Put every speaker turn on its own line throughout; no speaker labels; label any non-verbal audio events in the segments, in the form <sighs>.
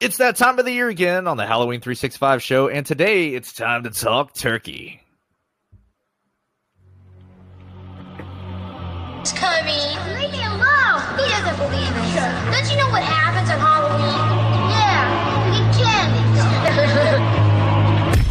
It's that time of the year again on the Halloween 365 show, and today it's time to talk turkey.
It's coming. Leave me alone. He doesn't believe me. Don't you know what happens on Halloween? Yeah, we get candy.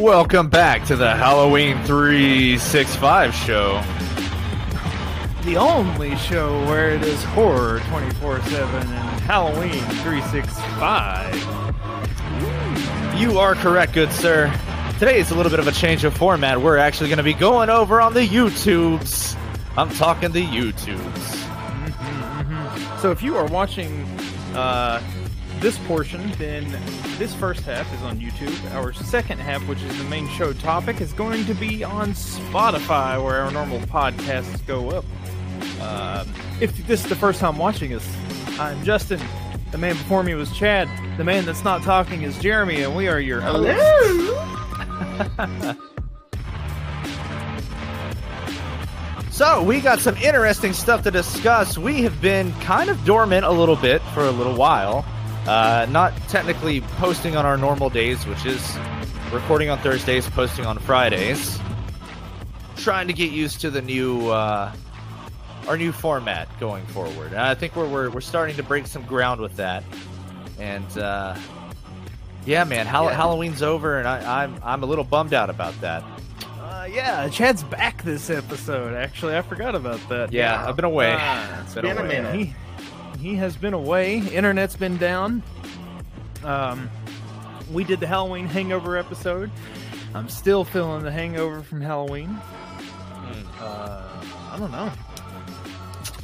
Welcome back to the Halloween 365 show.
the only show where it is horror 24 7 and Halloween 365.
You are correct, good sir. Today is a little bit of a change of format. We're actually going to be going over on the YouTubes. I'm talking the YouTubes.
So if you are watching uh, this portion, then this first half is on YouTube. Our second half, which is the main show topic, is going to be on Spotify, where our normal podcasts go up. Um, if this is the first time watching us, I'm Justin. The man before me was Chad. The man that's not talking is Jeremy, and we are your hosts.
So, we got some interesting stuff to discuss. We have been kind of dormant a little bit for a little while. Uh, not technically posting on our normal days, which is recording on Thursdays, posting on Fridays. Trying to get used to the new uh, our new format going forward. And I think we're, we're we're starting to break some ground with that. And uh, yeah, man, Hall-
Yeah.
Halloween's over, and I, I'm I'm a little bummed out about that.
Uh, yeah, Chad's back this episode. Actually, I forgot about that.
Yeah, I've been away.
Ah,
It's
been a
away.
minute.
he he has been away. Internet's been down. Um, we did the Halloween Hangover episode. I'm still feeling the hangover from Halloween. Uh, I don't know.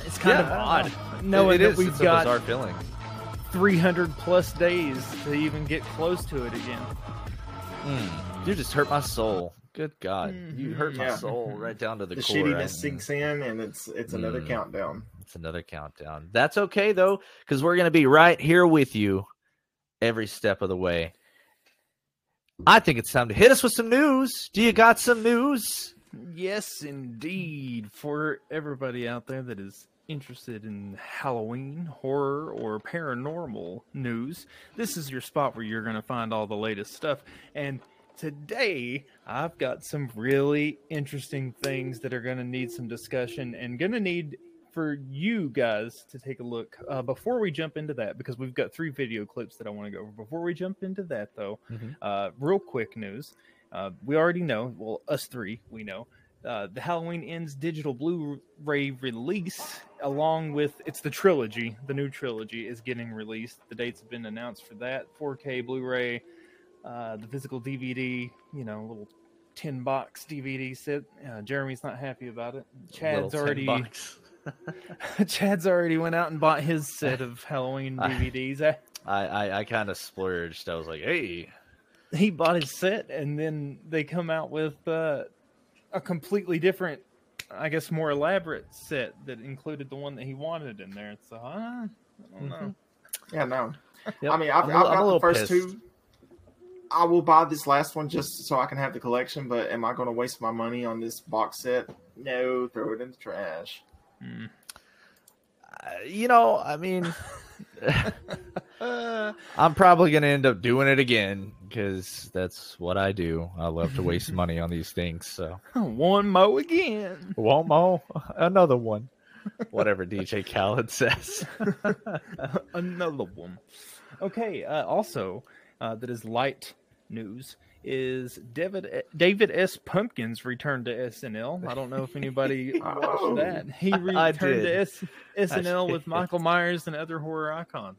It's kind
Hmm. Yeah,
of
I don't
odd
No,
knowing that we've
it's
got
a bizarre feeling.
300 plus days to even get close to it again.
You just hurt my soul. Good God, you hurt my
Yeah.
soul right down to the,
the
core. I-
shittiness sinks in, and it's it's another
Mm.
countdown.
It's another countdown. That's okay though, because we're gonna be right here with you every step of the way. I think it's time to hit us with some news. Do you got some news?
Yes, indeed. For everybody out there that is interested in Halloween, horror, or paranormal news, this is your spot where you're going to find all the latest stuff. And today, I've got some really interesting things that are going to need some discussion and going to need for you guys to take a look uh, before we jump into that because we've got three video clips that i want to go over before we jump into that though uh, real quick news. Uh, we already know, well, us three, we know, uh, the Halloween Ends digital Blu ray release, along with it's the trilogy, the new trilogy is getting released. The dates have been announced for that 4K Blu ray, uh, the physical DVD, you know, little 10 box DVD set. Uh, Jeremy's not happy about it.
Little
Chad's
tin
already.
box.
<laughs> Chad's already went out and bought his set of
<laughs>
Halloween
I-
DVDs. I-
I I, I kind of splurged. I was like, hey,
he bought his set and then they come out with uh, a completely different i guess more elaborate set that included the one that he wanted in there so huh? i
Mm-hmm.
don't know <laughs>
Yeah, no.
Yep.
I mean, I've,
I'm a li- I'm
I've
a
got
little
the first
pissed.
two. I will buy this last one just so I can have the collection. But am I going to waste my money on this box set? No, throw it in the trash.
Mm.
uh, you know, I mean,
<laughs> Uh,
I'm probably gonna end up doing it again because that's what I do. I love to waste money on these things. So.
one mo again
One more, another one. Whatever DJ Khaled says.
another one okay uh, also uh, that is light news is David uh, David S. Pumpkins returned to SNL? I don't know
<laughs>
if anybody watched
Oh.
that. He
I
returned to
did.
S- SNL with
did.
Michael Myers and other horror icons.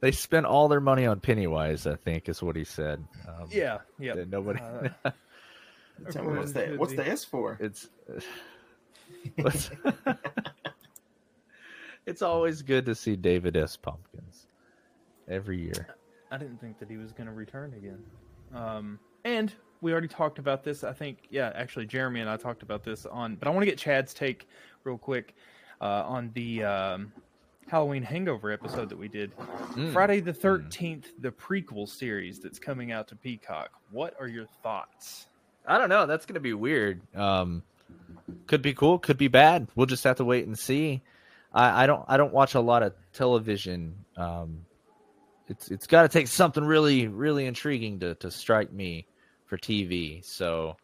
They spent all their money on Pennywise, I think, is what he said. Um,
Yeah, yeah.
that nobody.
Uh,
Tell me what's that? What's the S for?
<laughs>
<laughs>
it's. <laughs> what's- it's always good to see David S. Pumpkins every year.
I didn't think that he was going to return again. Um, and we already talked about this. I think, yeah, actually, Jeremy and I talked about this on, but I want to get Chad's take real quick uh, on the um, Halloween Hangover episode that we did.
Mm.
Friday the 13th, the prequel series that's coming out to Peacock. What are your thoughts?
I don't know. That's gonna be weird. Um, could be cool. Could be bad. We'll just have to wait and see. I, I don't. I don't watch a lot of television. Um, it's it's got to take something really really intriguing to to strike me for TV. So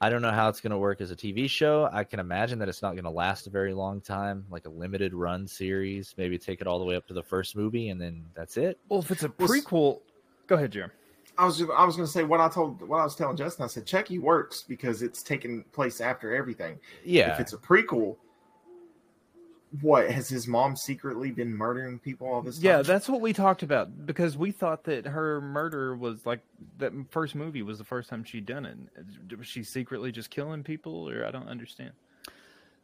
I don't know how it's gonna work as a TV show. I can imagine that it's not gonna last a very long time, like a limited run series. Maybe take it all the way up to the first movie, and then that's it.
Well, if it's a
Well, s-
prequel, go ahead, Jeremy.
I was I was gonna say what I told what I was telling Justin. I said Chucky works because it's taking place after everything. If
Yeah.
it's a prequel, what has his mom secretly been murdering people all this time?
Yeah, that's what we talked about because we thought that her murder was like that first movie was the first time she'd done it. Was she secretly just killing people, or I don't understand?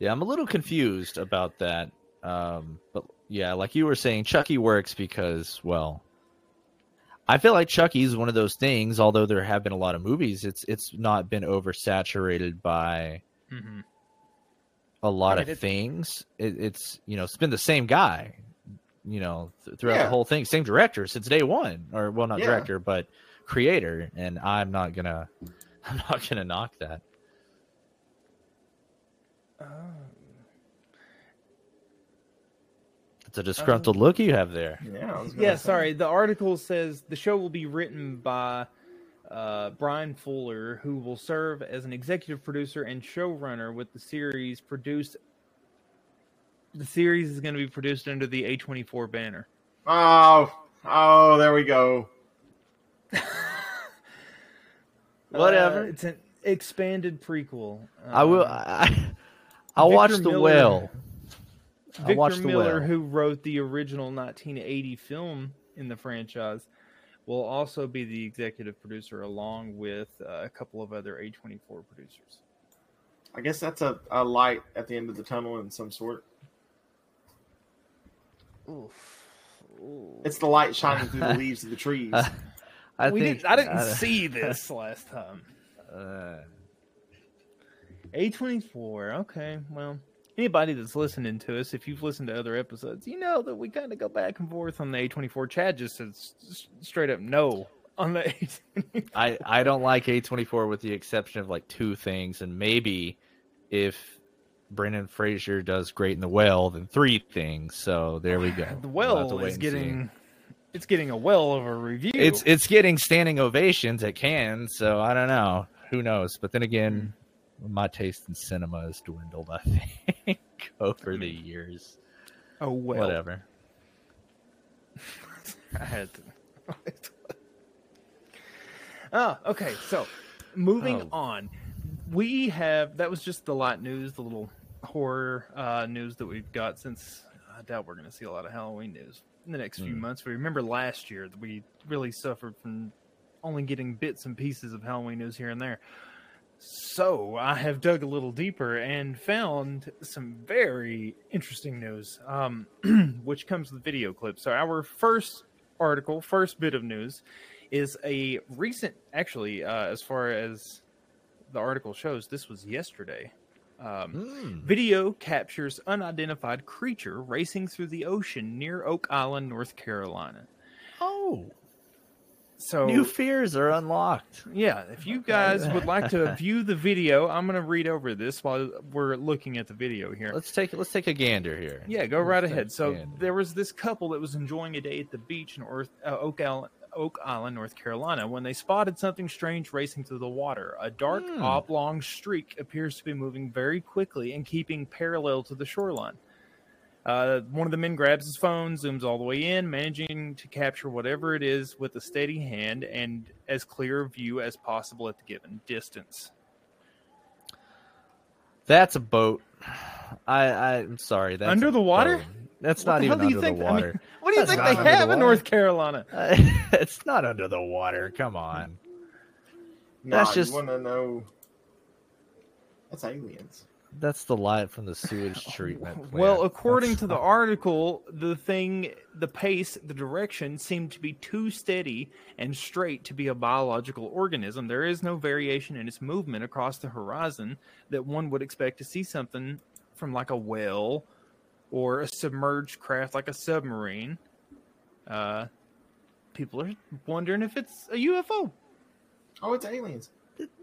Yeah, I'm a little confused about that. Um, but yeah, like you were saying, Chucky works because, well, I feel like Chucky's one of those things. Although there have been a lot of movies, it's it's not been oversaturated by
Mm-hmm.
a lot
Right,
of
it-
things. It, it's you know, it's been the same guy, you know, th- throughout
Yeah.
the whole thing, same director since day one, or well, not
Yeah.
director, but creator. And I'm not gonna, <laughs> I'm not gonna knock that.
Um,
It's a disgruntled
um,
look you have there.
yeah. I was gonna
yeah,
say.
sorry. The article says the show will be written by uh, Brian Fuller, who will serve as an executive producer and showrunner with the series. Produced, the series is going to be produced under the A24 banner.
Oh, oh, there we go.
Whatever.
Uh, it's an expanded prequel.
I will.
Um,
I, I'll
Victor
watch the
Miller-
whale.
Victor
I'll watch the
Miller,
whale.
who wrote the original 1980 film in the franchise, will also be the executive producer along with uh, a couple of other A24 producers.
I guess that's a, a light at the end of the tunnel in some sort.
Oof.
It's the light shining
<laughs>
through the leaves of the trees.
Uh, I
we
think
didn't, I didn't
uh, <laughs>
see this last time.
uh,
A24. Okay, well, anybody that's listening to us, if you've listened to other episodes, you know that we kind of go back and forth on the A24. Chad just says s- straight up no on the A24.
I I don't like A twenty four with the exception of like two things, and maybe if Brendan Fraser does great in the whale, then three things. So there we go.
The
We'll have to
well
wait
is
and see.
getting it's getting a well of a review.
It's it's getting standing ovations at Cannes, so I don't know. Who knows? But then again,
Hmm.
my taste in cinema has dwindled. I think <laughs> over the years.
a Hmm. well.
Whatever.
I had to. <laughs> oh, okay. So, moving
Oh.
on, we have that was just the light news, the little horror uh, news that we've got. Since I doubt we're going to see a lot of Halloween news in the next few
Hmm.
months. We remember last year that we really suffered from only getting bits and pieces of Halloween news here and there. So I have dug a little deeper and found some very interesting news, um, <clears throat> which comes with video clips. So our first article, first bit of news, is a recent, actually, uh, as far as the article shows, this was yesterday. Um,
Hmm.
Video captures unidentified creature racing through the ocean near Oak Island, North Carolina.
Oh.
So
New fears are unlocked.
Yeah, if you guys would like to view the video, I'm going to read over this while we're looking at the video here.
Let's take let's take a gander here.
Yeah, go right
Let's
ahead.
take a
So
gander.
there was this couple that was enjoying a day at the beach in Earth, uh, Oak, Island, Oak Island, North Carolina, when they spotted something strange racing through the water. A dark
Hmm.
oblong streak appears to be moving very quickly and keeping parallel to the shoreline. Uh, one of the men grabs his phone, zooms all the way in, managing to capture whatever it is with a steady hand and as clear a view as possible at the given distance.
That's a boat. I I'm sorry. That's
Under
a
the water?
boat. That's
What
not
the hell
even
do you
under
think-
the
I mean,
<laughs> water.
What do you
That's
think
not
they
under the
have in
water.
North Carolina?
it's not under the water. Come on.
Nah,
That's just-
you want to know. That's aliens.
That's the light from the
<laughs>
sewage treatment plant.
Well, according
That's-
to the article, the thing, the pace, the direction seemed to be too steady and straight to be a biological organism. There is no variation in its movement across the horizon that one would expect to see something from like a whale or a submerged craft like a submarine. Uh, people are wondering if it's a UFO.
Oh, it's aliens.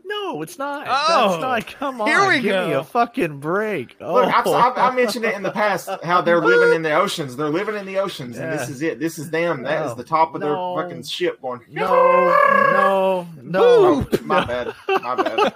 no, it's not.
Oh!
That's not. Come on,
Here we
give me
go.
a fucking break. Oh,
Look, I've, I've, I mentioned it in the past
<laughs>
how they're living in the oceans. They're living in the oceans, and this
Yeah.
is it. This is them. That is
No.
the top of their
No.
fucking
<laughs>
ship going.
Oh, no, no, <laughs> no.
Oh, my bad.
<laughs>
My bad.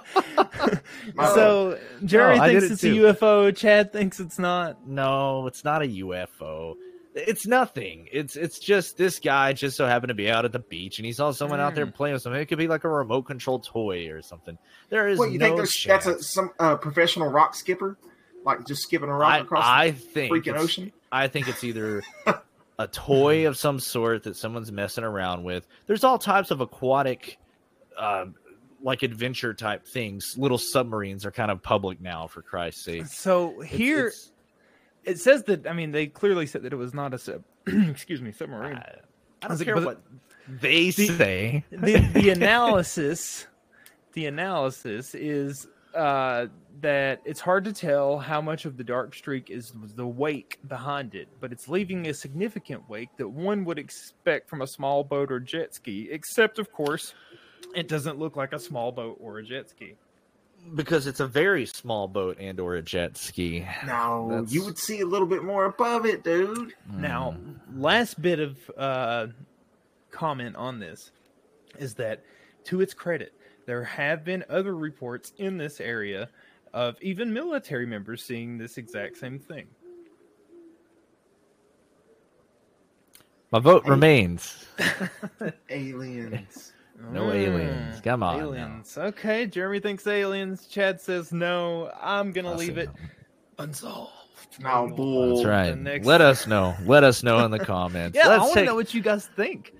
<laughs> My bad.
So Jerry
No, I did
thinks
it
it's
too.
a UFO. Chad thinks it's not.
no, it's not a UFO. It's nothing. It's it's just this guy just so happened to be out at the beach and he saw someone out
Hmm.
there playing with something. It could be like a remote control toy or something. There is
What you
no
think? There's, that's a,
chance.
some uh, professional rock skipper, like just skipping a rock
I,
across
I
the
think
freaking
it's-
ocean.
I think it's
<laughs>
either a toy of some sort that someone's messing around with. There's all types of aquatic, um, like adventure type things. Little submarines are kind of public now, for Christ's sake. It's-
So here.
it's-
It says that I mean they clearly said that it was not a sub. <clears throat> excuse me, submarine.
I, I don't
was like,
care
but-
what they say.
the, the analysis, the analysis is uh, that it's hard to tell how much of the dark streak is the wake behind it, but it's leaving a significant wake that one would expect from a small boat or jet ski. Except, of course, it doesn't look like a small boat or a jet ski.
because it's a very small boat and or a jet ski.
No,
That's-
you would see a little bit more above it, dude.
Now,
Hmm.
last bit of uh, comment on this is that, to its credit, there have been other reports in this area of even military members seeing this exact same thing.
My vote remains. <laughs>
Aliens.
No aliens. Come on now.
Hmm. Aliens. Okay, Jeremy thinks aliens. Chad says no. I'm going to
I'll say
leave it
no.
unsolved.
No bull.
That's
The
right.
next-
Let us know. Let us know
<laughs>
in the comments.
Yeah, I
Let's
want
take
to know what you guys think.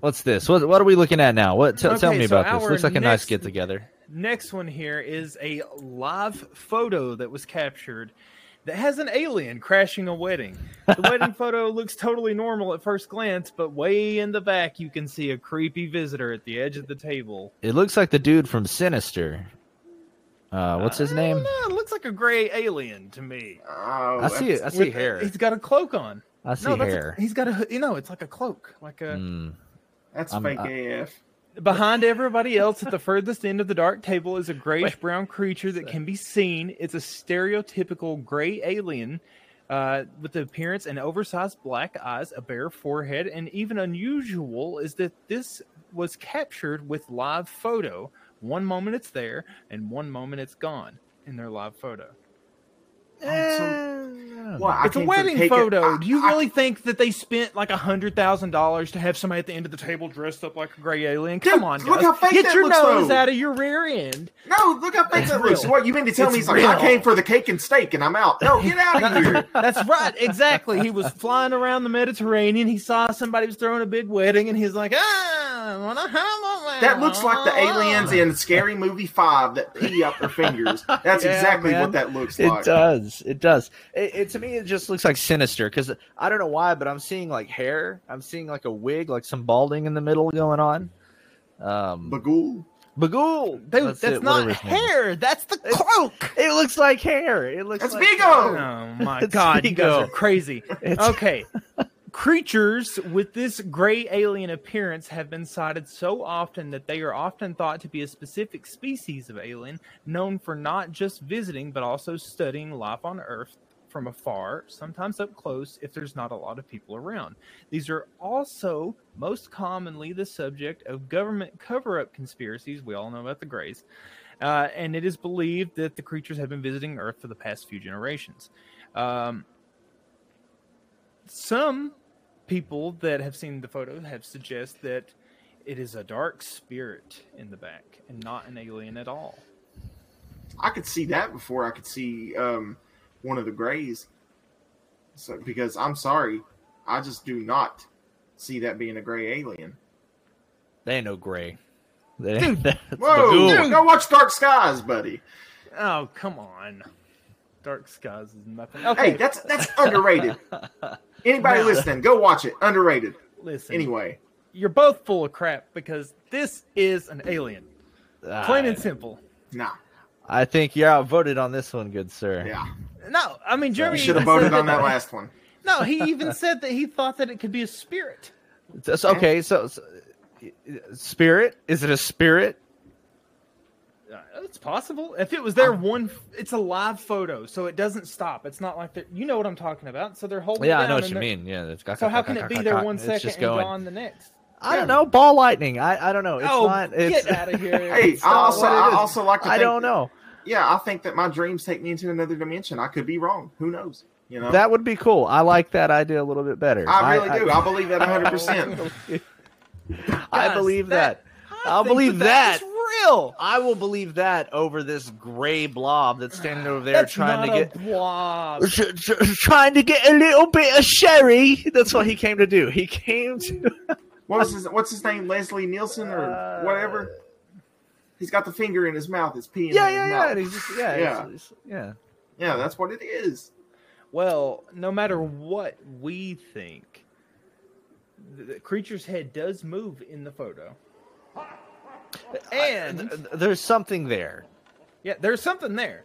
What's this? What, what are we looking at now? What? Tell tell
Okay,
me
so
about this.
our
Looks like a nice
next-
get together.
Next one here is a live photo that was captured that has an alien crashing a wedding. The
<laughs>
wedding photo looks totally normal at first glance, but way in the back you can see a creepy visitor at the edge of the table.
It looks like the dude from Sinister. Uh, what's his
I don't
name?
know, it looks like a gray alien to me.
Oh,
I see it. I
that's-
see hair.
He's got a cloak on.
I see
no, that's a-
hair.
he's got a hoo- you know, it's like a cloak, like a
Mm.
That's
I'm- uh,
fake
I-
AF.
Behind everybody else at the furthest end of the dark table is a grayish brown creature that can be seen. It's a stereotypical gray alien uh, with the appearance and oversized black eyes, a bare forehead, and even unusual is that this was captured with live photo. One moment it's there, and one moment it's gone in their live
Eh,
photo.
Well, Eh, I
it's a
can't
wedding
take it-
photo.
I-
Do you
I-
really think that they spent like a hundred thousand dollars to have somebody at the end of the table dressed up like a gray alien?
Dude,
Come on,
look
guys.
how fake
get
that
your
looks,
nose
though.
out of your rear end.
No, look how fake
It's
that looks.
real.
What you mean to tell me?
It's
He's like, I
real.
came for the cake and steak, and I'm out. No, get out
<laughs>
of here.
That's right, exactly. He was flying around the Mediterranean. He saw somebody was throwing a big wedding, and he's like, "Ah, I wanna have a
That looks like the
wedding."
aliens in Scary Movie Five that pee out their fingers.
<laughs>
That's
Yeah,
exactly
man.
what that looks
It
like.
does. It does. It, it to me, it just looks like sinister because I don't know why, but I'm seeing like hair. I'm seeing like a wig, like some balding in the middle going on. Um,
Bagul.
Bagul.
Dude, that's,
That's it,
not
whatever his name is.
hair. That's the cloak.
It looks like hair. It looks.
That's
like
Vigo!
Oh
<laughs>
my
It's
god, you guys
Vigo.
are crazy.
It's-
Okay. Creatures with this gray alien appearance have been sighted so often that they are often thought to be a specific species of alien known for not just visiting but also studying life on Earth from afar, sometimes up close if there's not a lot of people around. These are also most commonly the subject of government cover up conspiracies. We all know about the Greys. Uh, and it is believed that the creatures have been visiting Earth for the past few generations. Um, some people that have seen the photo have suggested that it is a dark spirit in the back and not an alien at all.
I could see that before I could see um, one of the grays. So because I'm sorry, I just do not see that being a gray alien.
They ain't <laughs> no gray. They, that's
Whoa!
Bagul.
Go watch Dark Skies, buddy.
Oh, come on. Dark Skies is nothing.
Hey,
Okay,
<laughs>
that's that's underrated. Anybody listening, go watch it. Underrated.
listen.
Anyway,
you're both full of crap because this is an alien. Plain
Uh,
and simple.
nah,
Ah, I think you're outvoted on this one, good sir.
yeah,
No, I mean Jeremy
you should have
even said
voted
<laughs>
on that last one.
No, he even said that he thought that it could be a spirit.
That's- okay, so, so spirit? Is it a spirit?
Uh, It's possible. If it was their one, it's a live photo, so it doesn't stop. It's not like they're, you know what I'm talking about. So they're holding. it
Yeah, I
down
know what
and
you
they're-
mean. Yeah, it's got
So how can it be there one second
just
and
going.
gone the next?
I don't know. Ball lightning. I, I don't know. It's
oh,
not. <laughs> It's,
get out of here!
Hey,
It's
I
not
also
what it
I
is.
also like to.
I
think-
don't know.
Yeah, I think that my dreams take me into another dimension. I could be wrong. Who knows? You know,
That would be cool. I like that idea a little bit better.
I really do. I, believe that 100. percent
<laughs> I
Guys,
believe that.
<laughs> I
I'll
think
believe
that.
that.
is real.
I will believe that over this gray blob that's standing over there
That's
trying to
not a
get
blob.
tr- tr- trying to get a little bit of sherry. That's what he came to do. He came to
What was his What's his name? Leslie Nielsen or whatever. He's got the finger in his mouth. It's
<laughs>
peeing.
yeah
in
yeah
his
yeah.
mouth.
And he's just, yeah
Yeah.
it's- it's- yeah.
Yeah, that's what it is.
Well, no matter what we think, the, the creature's head does move in the photo. And
Th- There's something there.
yeah, there's something there.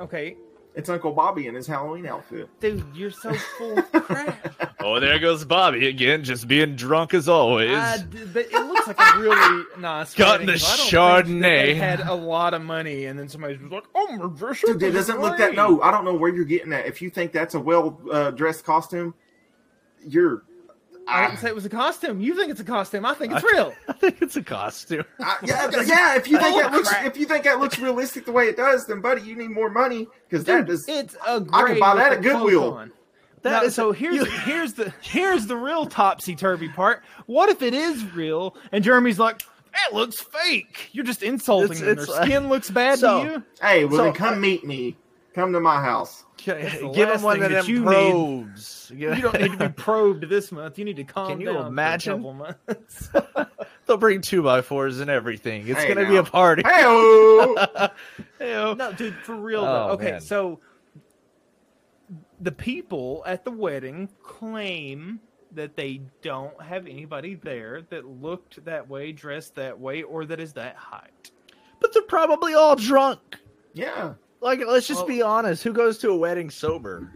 Okay,
It's Uncle Bobby in his Halloween outfit.
dude, you're so full
<laughs>
of crap.
Oh, there goes Bobby again, just being drunk as always.
I d- but it looks like
<laughs>
a really nice.
Got the Chardonnay.
had a lot of money, and then somebody's just like, "Oh my gosh,
Dude, it doesn't look that. No, I don't know where you're getting at. If you think that's a well uh, dressed costume, you're.
I didn't say it was a costume. You think it's a costume? I think it's
<laughs>
real.
<laughs> I think it's a costume.
I,
<laughs>
yeah, yeah. If you think
Oh,
that looks,
crap.
if you think that looks realistic the way it does, then buddy, you need more money because that
Dude,
is.
it's a
I
gray
can buy that
with
at
the clothes
Goodwill.
on.
That
Now,
is-
so here's
you-
here's the here's the real topsy turvy part. What if it is real? And Jeremy's like, that looks fake. You're just insulting
It's-
them.
it's,
Their
uh,
skin looks bad
so-
to you.
Hey, well
So-
then come meet me. Come to my
<laughs>
house.
That's the
Give him
last
one
thing
of
that
them
you need.
probes.
You don't need to <laughs> be probed this month. You need to calm
<laughs> Can you
down. for a
imagine?
couple months. <laughs>
They'll bring two by fours and everything. It's
Hey,
gonna
now.
be a party.
Hey,
no, dude, for real
Oh,
though. Okay,
man.
so the people at the wedding claim that they don't have anybody there that looked that way, dressed that way, or that is that height.
But they're probably all drunk.
yeah.
Like, let's just
Well-
be honest. Who goes to a wedding sober?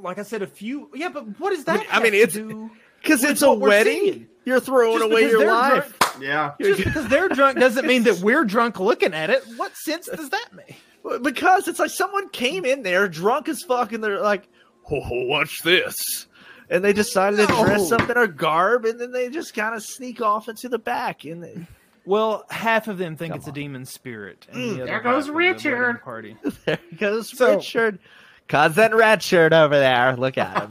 like I said, a few. Yeah, but what does that?
I mean,
have
it's-
to do?
Because it's a
what we're
wedding.
seeing.
You're throwing
Just
away
because
your
they're
life.
Yeah.
just because they're drunk doesn't mean that we're drunk looking at it. What sense does that make?
Because it's like someone came in there drunk as fuck, and they're like, "Oh, watch this," and they decided to dress
No.
up in our garb, and then they just kind of sneak off into the back. And they-
Well, half of them think
Come
it's
on.
a demon spirit. And
Mm,
the other
there goes
half are the wedding
Richard.
Party.
there goes
So-
Richard, cousin Richard over there. Look at
<laughs>
him.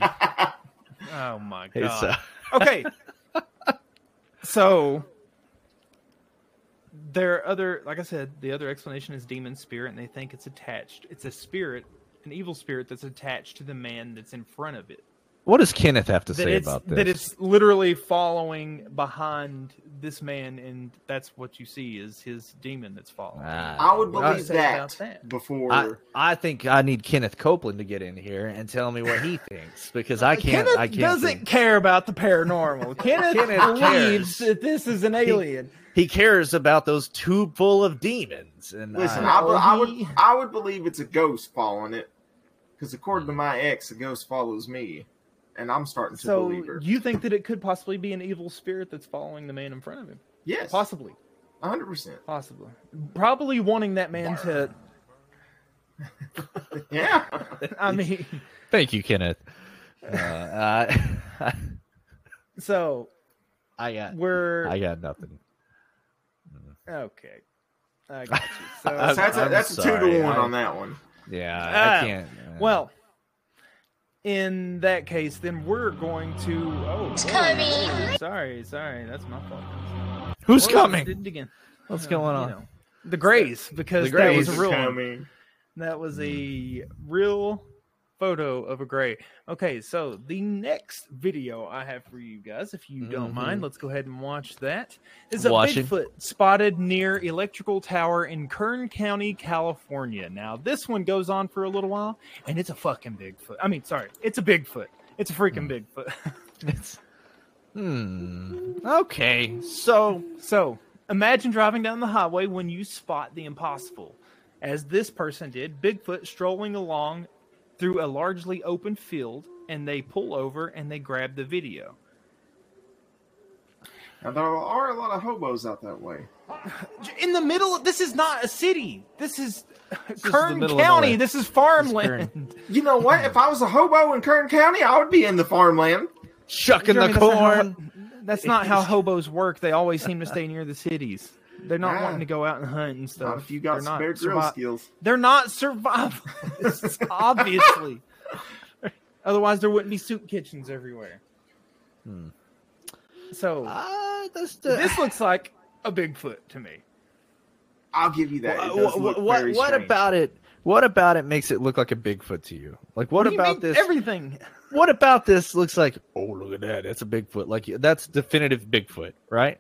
Oh my
He's,
god.
uh,
<laughs> okay. So their other like I said, the other explanation is demon spirit and they think it's attached. It's a spirit, an evil spirit that's attached to the man that's in front of it.
what does Kenneth have to
that
say
it's,
about
that
this?
it's literally following behind this man and that's what you see is his demon that's following.
Ah.
I would
What do you
believe
say about
that,
that?
before.
I, I think I need Kenneth Copeland to get in here and tell me what
<laughs>
he thinks because I can't.
Kenneth
I can't
doesn't
think.
care about the paranormal. <laughs> Kenneth,
Kenneth cares.
believes that this is an alien.
he cares about those tube full of demons. And uh,
Listen,
I,
I, be- I
he-
would I would believe it's a ghost following it, because according to my ex, a ghost follows me, and I'm starting to
so
believe her.
you think that it could possibly be an evil spirit that's following the man in front of him?
yes,
Possibly.
100. percent
Possibly. Probably wanting that man to.
Yeah,
<laughs> I mean,
thank you, Kenneth. <laughs> Uh, I, <laughs>
so
I got,
we're
I got nothing.
okay. I got
<laughs>
you.
so
I'm-
So,
that's a,
I'm
that's a two
sorry,
to one
I-
on that one.
Yeah,
Ah,
I can't. uh,
well, in that case, then we're going to. Oh,
It's
boy.
coming.
sorry, sorry, that's my fault.
who's
Well, I
coming?
did it again.
What's
Uh,
going
you
on?
know, the Grays, because
The
that
Grays
was
is
a real. one.
coming.
That was a real photo of a gray. Okay, so the next video I have for you guys, if you don't mind, let's go ahead and watch that. Is a
Watching.
Bigfoot spotted near electrical tower in Kern County, California. Now this one goes on for a little while, and it's a fucking Bigfoot. I mean, sorry, it's a Bigfoot. It's a freaking Bigfoot. <laughs>
It's hmm. Okay, so
So imagine driving down the highway when you spot the impossible. As this person did, Bigfoot strolling along through a largely open field, and they pull over and they grab the video.
Now, there are a lot of hobos out that way.
In the middle, of, this is not a city. <laughs> This is
the
Kern
middle of
County.
nowhere.
This is
It's
farmland.
You know what? If I was a hobo in Kern County, I would be in the farmland.
shucking
Jeremy,
the
that's not how-
corn.
<laughs> That's not how hobos work. They always seem to stay near the cities. They're not
Ah.
wanting to go out and hunt and stuff.
Not if you got
They're not
spare drill
survi-
skills.
<laughs> They're not survivalists, obviously. Otherwise, there wouldn't be soup kitchens everywhere. So
Ah, that's the. <laughs>
this looks like a Bigfoot to me.
I'll give you that. It does
what
look
what,
very
what
strange.
about it? What about it makes it look like a Bigfoot to you? Like what,
do you
about
mean
this?
Everything.
what about this looks like? Oh, look at that! That's a Bigfoot. Like that's definitive Bigfoot, right?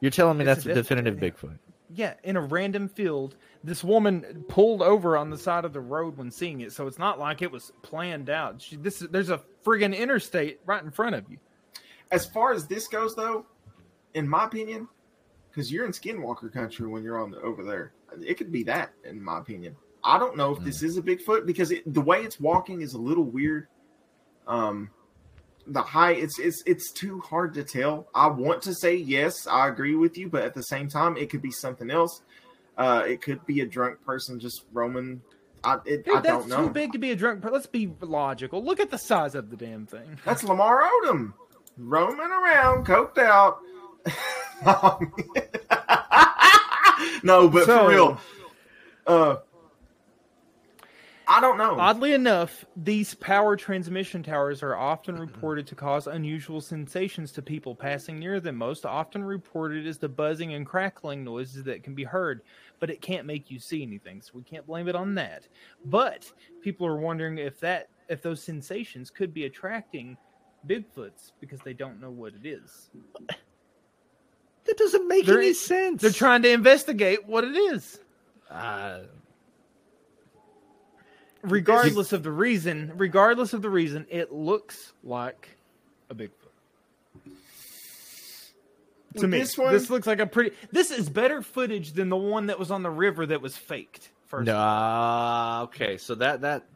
You're telling me
It's
that's
a
a definitive
definite,
Bigfoot.
Yeah, in a random field, this woman pulled over on the side of the road when seeing it. So it's not like it was planned out. She, this is- there's a friggin' interstate right in front of you.
As far as this goes, though, in my opinion, because you're in Skinwalker country when you're on the, over there, it could be that. In my opinion, I don't know if this is a Bigfoot because it, the way it's walking is a little weird. Um, the height, it's it's it's too hard to tell. I want to say yes, I agree with you, but at the same time, it could be something else. Uh, it could be a drunk person just roaming. I it,
Dude,
I
that's
don't know.
too big to be a drunk. per- Let's be logical. Look at the size of the damn thing.
That's Lamar Odom roaming around, coked out. <laughs> no, but
So-
for real, uh, I don't know.
Oddly enough, these power transmission towers are often reported to cause unusual sensations to people passing near them. Most often reported is the buzzing and crackling noises that can be heard, but it can't make you see anything, so we can't blame it on that. But people are wondering if that if those sensations could be attracting Bigfoots because they don't know what it is.
That doesn't make
They're-
any sense.
They're trying to investigate what it is.
Uh,
Regardless of the reason, regardless of the reason, it looks like a Bigfoot.
With
to me.
this one,
this looks like a pretty. This is better footage than the one that was on the river that was faked. First,
nah, okay, so that that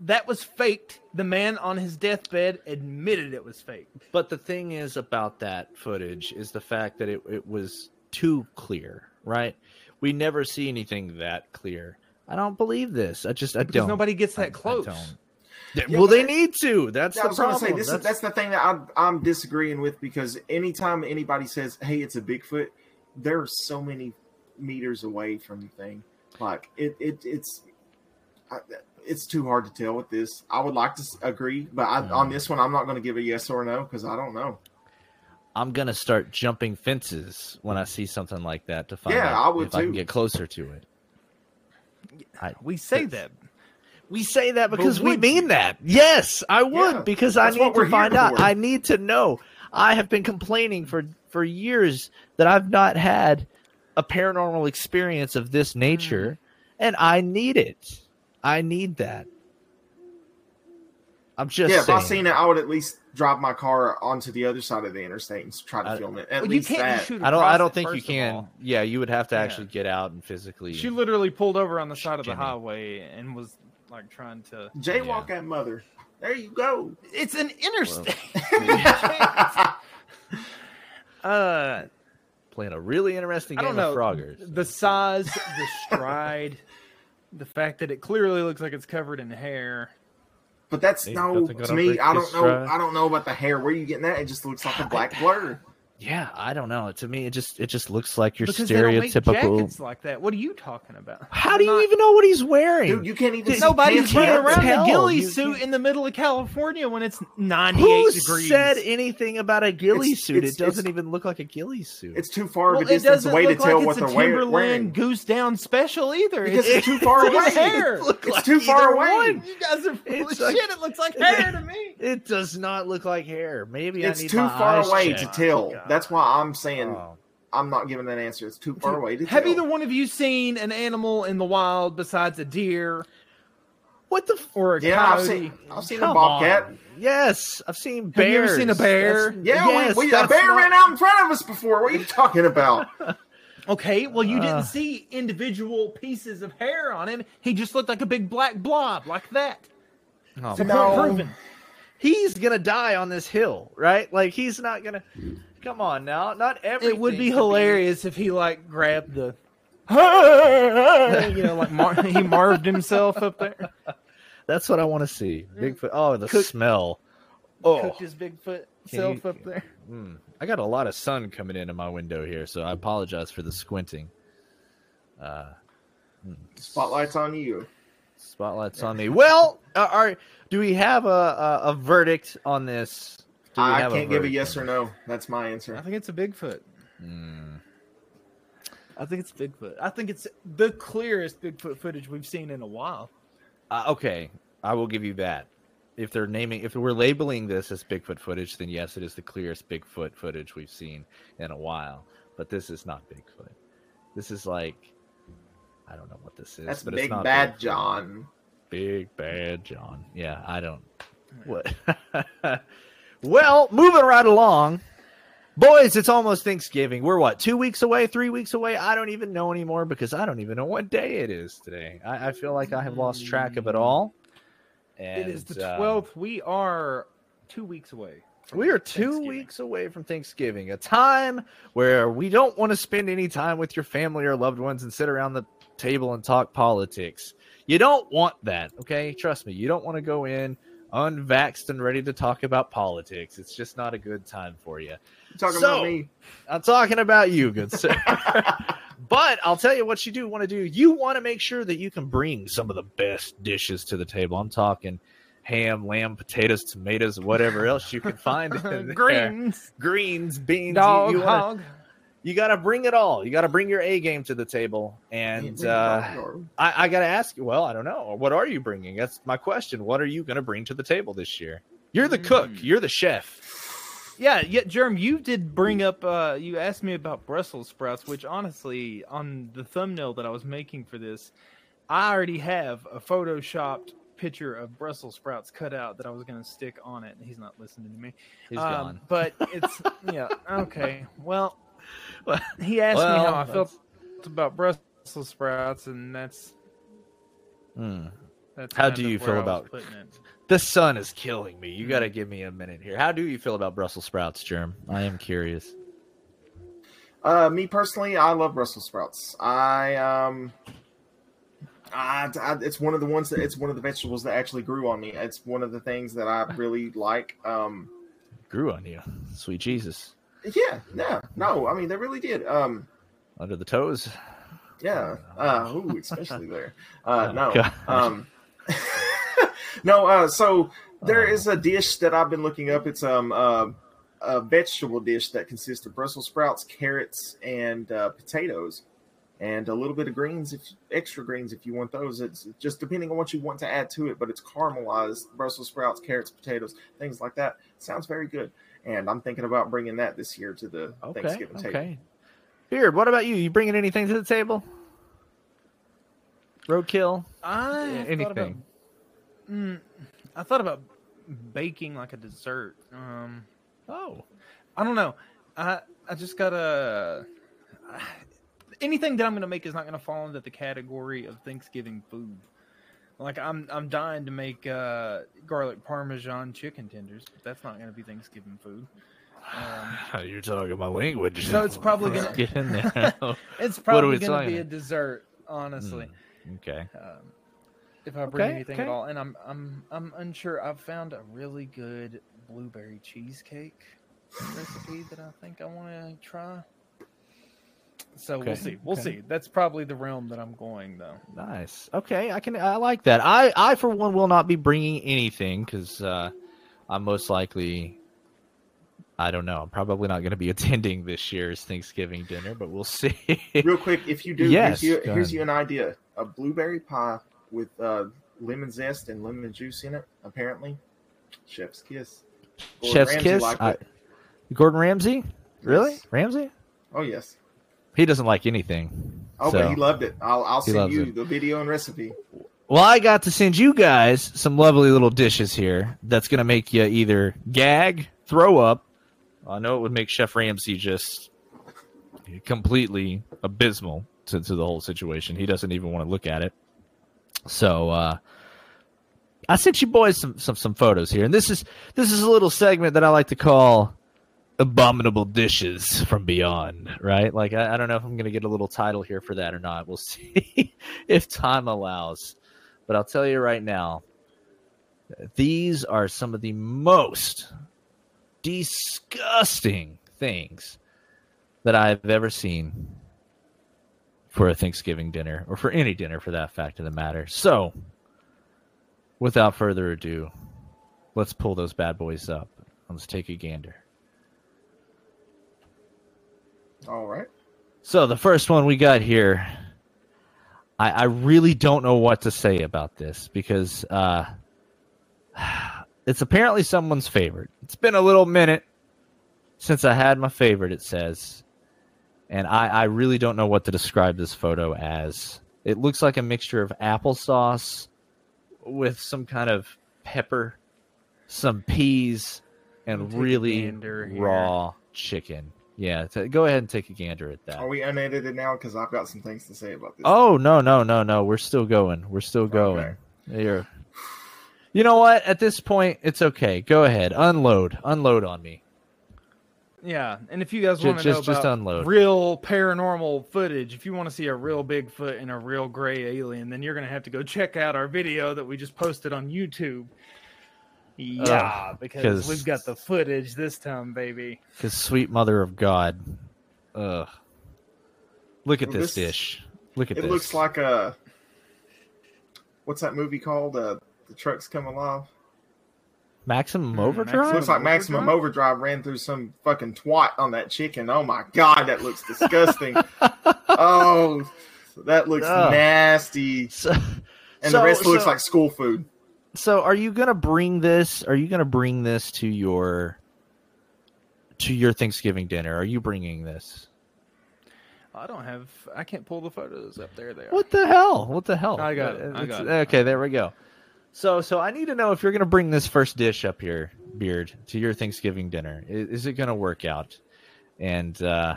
that was faked. The man on his deathbed admitted it was fake.
But the thing is about that footage is the fact that it, it was too clear, right? We never see anything that clear. I don't believe this. I just I
Because
don't.
nobody gets that
I- I
close.
don't. They-
Yeah,
well, they
but-
need to. That's
Yeah, I
the
was going to
problem.
say this is that's the thing that I, I'm disagreeing with because anytime anybody says, "Hey, it's a Bigfoot," there are so many meters away from the thing. Like it, it it's I- it's too hard to tell with this. I would like to s- agree, but I,
Mm.
on this one, I'm not going to give a yes or no because I don't know.
I'm gonna start jumping fences when I see something like that to find
Yeah,
out
I would
if I can
too.
get closer to it.
We say that.
We say that because we
would
mean that. Yes, I would
Yeah,
because I
that's what
need
we're
to
here
find out.
for.
I need to know. I have been complaining for for years that I've not had a paranormal experience of this
Hmm.
nature, and I need it. I need that. I'm just
yeah, if
saying.
I seen it, I would at least drive my car onto the other side of the interstate and s- try to
I-
film it. At
Well, you
least
can't
that.
shoot.
I don't.
across
I don't
it,
think you
first of
can.
all.
Yeah, you would have to
Yeah.
actually get out and physically.
She literally pulled over on the side of the
Jimmy.
highway and was like trying to.
Jaywalk that mother. There you go.
It's an interstate. <laughs>
<laughs>
uh,
playing a really interesting
I
game
don't know.
of Froggers.
The size, the stride, <laughs> the fact that it clearly looks like it's covered in hair.
But that's
Ain't
no
nothing gonna
to me.
break
I
this
don't know.
stride.
I don't know about the hair. Where are you getting that? It just looks like a black blur.
Yeah, I don't know. To me, it just it just looks like your
Because they don't make
stereotypical.
jackets like that. What are you talking about?
How do you
Not-
even know what he's wearing?
Dude, you can't even. see
Nobody's
pants
running
yet.
around in
tell.
a ghillie
You-
suit
you-
in the middle of California when it's 98
Who
degrees.
said anything about a ghillie
It's-
suit?
it's-
it doesn't
it's-
even look like a ghillie suit.
It's too far
well,
of a
it
distance
doesn't
away to
look
tell
like
what
it's a
they're wear-
Timberland
wearing.
Goose Down special either.
Because it's
<laughs>
too far
it's
away.
hair.
Look
It's
like
too far
either
away.
one.
<laughs> You guys are full
<laughs> It's
of
like-
shit. It looks like hair to me.
It does not look like hair. Maybe I
It's
need
too
my
far
eyes
away
checked.
to tell.
God.
That's why I'm saying
Oh.
I'm not giving an answer. It's too far away to
Have
tell.
either one of you seen an animal in the wild besides a deer
What the? F-
or a
yeah, I've
coyote?
seen. I've seen a
Come
bobcat.
on. Yes, I've seen
Have you
bears.
ever seen a bear?
That's-
Yeah,
yes,
we, we, a
that's
bear
not-
ran out in front of us before. What are you talking about?
<laughs>
Okay, well, you
Uh.
didn't see individual pieces of hair on him. He just looked like a big black blob, like that.
Oh,
So
man.
No.
point proven.
he's gonna die on this hill, right? Like he's not gonna. Come on now, not every.
It would be hilarious if he like grabbed <laughs> the, you know, like Mar- <laughs> he marved himself up there,
That's what I want to see. Bigfoot. Oh, the
Cook-
smell.
cooked
Oh,
his Bigfoot
Can
self
you-
up there.
mm. I got a lot of sun coming into my window here, so I apologize for the squinting. Uh,
Spotlight's on you.
spotlights on me. Well, uh, are do we have a, a a verdict on this? Do we
I
have
can't give a
verdict
yes
on
or no. That's my
I
answer.
think it's a Bigfoot.
this?
Hmm.
Mm.
I think it's Bigfoot. I think it's the clearest Bigfoot footage we've seen in a while.
Uh, okay, I will give you that. If they're naming, if we're labeling this as Bigfoot footage, then yes, it is the clearest Bigfoot footage we've seen in a while. But this is not Bigfoot. This is like, I don't know what this is.
That's
but
big
it's not
bad
Bigfoot.
John.
Big bad John. Yeah, I don't. What? <laughs> well, moving right along, boys. It's almost Thanksgiving. We're what two weeks away, three weeks away. I don't even know anymore because I don't even know what day it is today. I, I feel like I have lost track of it all. And,
it is the
um,
twelfth. we are two weeks away. from
we are two
Thanksgiving.
weeks away from Thanksgiving, a time where we don't want to spend any time with your family or loved ones and sit around the table and talk politics. You don't want that, okay? Trust me, you don't want to go in unvaxxed and ready to talk about politics. It's just not a good time for you.
You talking
So-
about me?
I'm talking about you, good sir. <laughs> but I'll tell you what you do want to do. You want to make sure that you can bring some of the best dishes to the table. I'm talking ham, lamb, potatoes, tomatoes, whatever else you can find.
<laughs>
in there
Greens,
greens, beans.
dog,
you, you, wanna-
hog.
you gotta bring it all. You gotta bring your A game to the table. And uh, I, I gotta ask you. Well, I don't know. What are you bringing? That's my question. What are you gonna bring to the table this year? You're the cook.
Mm.
You're the chef. <laughs>
Yeah, yeah, Jerm, you did bring up. Uh, you asked me about Brussels sprouts, which honestly, on the thumbnail that I was making for this, I already have a photoshopped picture of Brussels sprouts cut out that I was going to stick on it. He's not listening to me.
He's
Um,
gone.
But it's <laughs> yeah. Okay. Well, he asked me
Well,
how I felt about Brussels sprouts, and that's
Mm.
that's.
How
kind
do
of
you
where
feel
I was
about-
putting it.
The sun is killing me. You
Hmm.
gotta give me a minute here. How do you feel about Brussels sprouts, Germ? I am curious.
Uh, me personally, I love Brussels sprouts. I um, I, I- it's one of the ones that it's one of the vegetables that actually grew on me. It's one of the things that I really like. Um,
Grew on you, sweet Jesus,
yeah, yeah, no, I mean they really did. Um,
under the toes.
yeah, uh, ooh, especially there. Uh,
<laughs> Oh,
no,
God.
um, <laughs> no. Uh, so there
Oh.
is a dish that I've been looking up. It's um uh, a vegetable dish that consists of Brussels sprouts, carrots, and uh, potatoes, and a little bit of greens, if extra greens if you want those. It's just depending on what you want to add to it, but it's caramelized Brussels sprouts, carrots, potatoes, things like that. Sounds very good, and I'm thinking about bringing that this year to the
Okay,
Thanksgiving table.
okay. Beard, what about you? You bringing anything to the table? Roadkill.
I
Yeah,
thought about-
anything.
mm, I thought about baking like a dessert. Um,
Oh,
I don't know. I I just gotta. <sighs> Anything that I'm gonna make is not gonna fall into the category of Thanksgiving food. Like I'm I'm dying to make uh, garlic parmesan chicken tenders, but that's not gonna be Thanksgiving food.
<laughs>
Um,
you're talking my language.
So it's probably
<laughs>
gonna-
get in there.
it's
What are we
probably gonna be
talking
a dessert, honestly.
okay.
um, if I bring
Okay,
anything at
okay.
all. And I'm I'm I'm unsure. I've found a really good blueberry cheesecake recipe. recipe that I think I want to try. So
Okay.
we'll see. We'll
Okay.
see. That's probably the realm that I'm going though.
Nice. Okay, I can. I like that. I, I for one, will not be bringing anything because uh, I'm most likely. I don't know. I'm probably not going to be <laughs> attending this year's Thanksgiving dinner, but we'll <laughs> see.
Real quick, if you do,
Yes,
here's, you,
go
here's
ahead.
you an idea: a blueberry pie with uh, lemon zest and lemon juice in it. Apparently, chef's kiss. Or
Chef's
Ramsay
kiss.
liked
I,
it.
Gordon Ramsay. Really,
Yes.
Ramsay?
Oh yes.
He doesn't like anything.
Oh,
so-
but he loved it. I'll, I'll
He
send
loves
you
it.
the video and recipe.
Well, I got to send you guys some lovely little dishes here that's going to make you either gag, throw up. I know it would make Chef Ramsay just completely abysmal to, to the whole situation. He doesn't even want to look at it. So, uh, I sent you boys some, some some photos here, and this is this is a little segment that I like to call "Abominable Dishes from Beyond." Right? Like I, I don't know if I'm going to get a little title here for that or not. We'll <laughs> see if time allows. But I'll tell you right now, these are some of the most disgusting things that I've ever seen for a Thanksgiving dinner or for any dinner for that fact of the matter. So, without further ado, let's pull those bad boys up. Let's take a gander.
All right.
So the first one we got here, I, I really don't know what to say about this because uh, <sighs> it's apparently someone's favorite. It's been a little minute since I had my favorite. It says, and I, I really don't know what to describe this photo as. It looks like a mixture of applesauce with some kind of pepper, some peas,
Let
and
me take a
really
gander here.
raw chicken. Yeah, t- go ahead and take a gander at that.
Are we unedited now? Because I've got some things to say about this.
Oh no no no no! We're still going. We're still going. Here. You know what? At this point, it's okay. Go ahead. Unload. Unload on me.
Yeah, and if you guys
Ju-
want to know
just- just
about
unload.
real paranormal footage, if you want to see a real Bigfoot and a real gray alien, then you're gonna have to go check out our video that we just posted on YouTube. Yeah, because
Oh, 'cause-
we've got the footage this time, baby.
Cause sweet mother of God. Ugh. Look at
Well,
this,
this-
dish. Look at
It
this.
looks like a. What's that movie called? Uh, the trucks come alive.
Maximum
Mm,
Hmm,
Overdrive.
Looks like Maximum Overdrive? ran through some fucking twat on that chicken. Oh my god, that looks disgusting. oh, that looks
Ugh.
nasty.
so,
And
so-
the rest looks
so-
like school food.
So, are you gonna bring this? Are you gonna bring this to your to your Thanksgiving dinner? Are you bringing this?
I don't have, I can't pull the photos up there. They are.
What the hell? What the hell? Uh,
I got it. I
It's-
got it.
Okay, there we go. So, so I need to know if you're going to bring this first dish up here, Beard, to your Thanksgiving dinner. I- Is, it going to work out? And uh,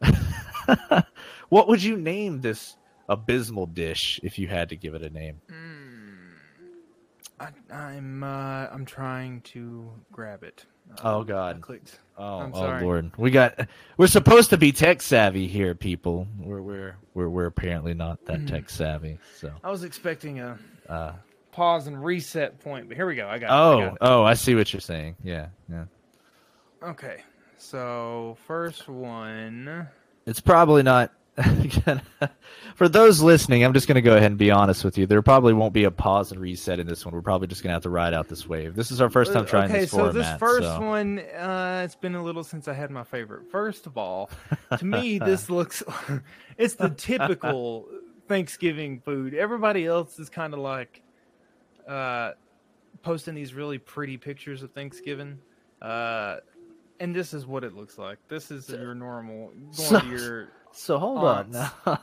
<laughs> what would you name this abysmal dish if you had to give it a name?
I, I'm, uh, I'm trying to grab it.
Oh,
Um,
God.
I clicked.
Oh,
I'm
oh
sorry.
Lord, we got we're supposed to be tech savvy here, people. We're we're we're, we're apparently not that tech savvy. So,
Mm-hmm. I was expecting a
uh,
pause and reset point, but here we go. I got. it, I
oh
got it.
oh, I see what you're saying. Yeah, yeah.
Okay, so first one.
It's probably not. <laughs> For those listening, I'm just going to go ahead and be honest with you. There probably won't be a pause and reset in this one. We're probably just going to have to ride out this wave. This is our first time trying
Uh, okay,
this
so
format.
this first
so-
one, uh, it's been a little since I had my favorite. First of all, to
<laughs>
me, this looks, <laughs> it's the typical Thanksgiving food. Everybody else is kind of like uh, posting these really pretty pictures of Thanksgiving. Uh, and this is what it looks like. This is your normal,
<laughs>
going
So-
to your
So hold on. <laughs>
Aunts.
now.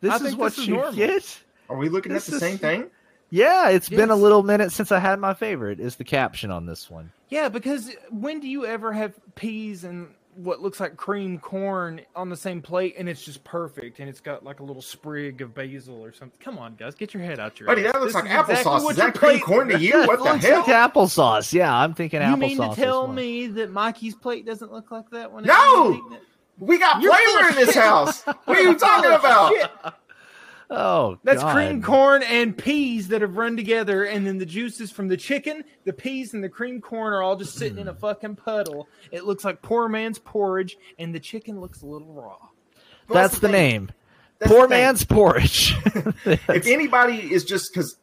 this
I
is
think
what
this is
you
normal.
get.
Are we looking
This
at the
is-
same thing?
Yeah, it's been a
Yes.
little minute since I had my favorite. Is the caption on this one?
Yeah, because when do you ever have peas and what looks like cream corn on the same plate and it's just perfect and it's got like a little sprig of basil or something? Come on, guys, get your head out your
Buddy,
ass.
that looks
This is
like
exactly
applesauce.
what
is
your
that cream
plate-
corn to you? What the
looks
hell?
like applesauce. Yeah, I'm thinking applesauce.
You mean to
this
tell
one.
me that Mikey's plate doesn't look like that one?
No! we got
You're
flavor in
full of
this house. What are you talking about?
Oh,
That's
God.
cream corn and peas that have run together, and then the juices from the chicken, the peas, and the cream corn are all just sitting
Hmm.
in a fucking puddle. It looks like poor man's porridge, and the chicken looks a little raw.
But
That's the
thing.
name.
That's
Poor
the thing.
man's porridge. <laughs>
if anybody is just because,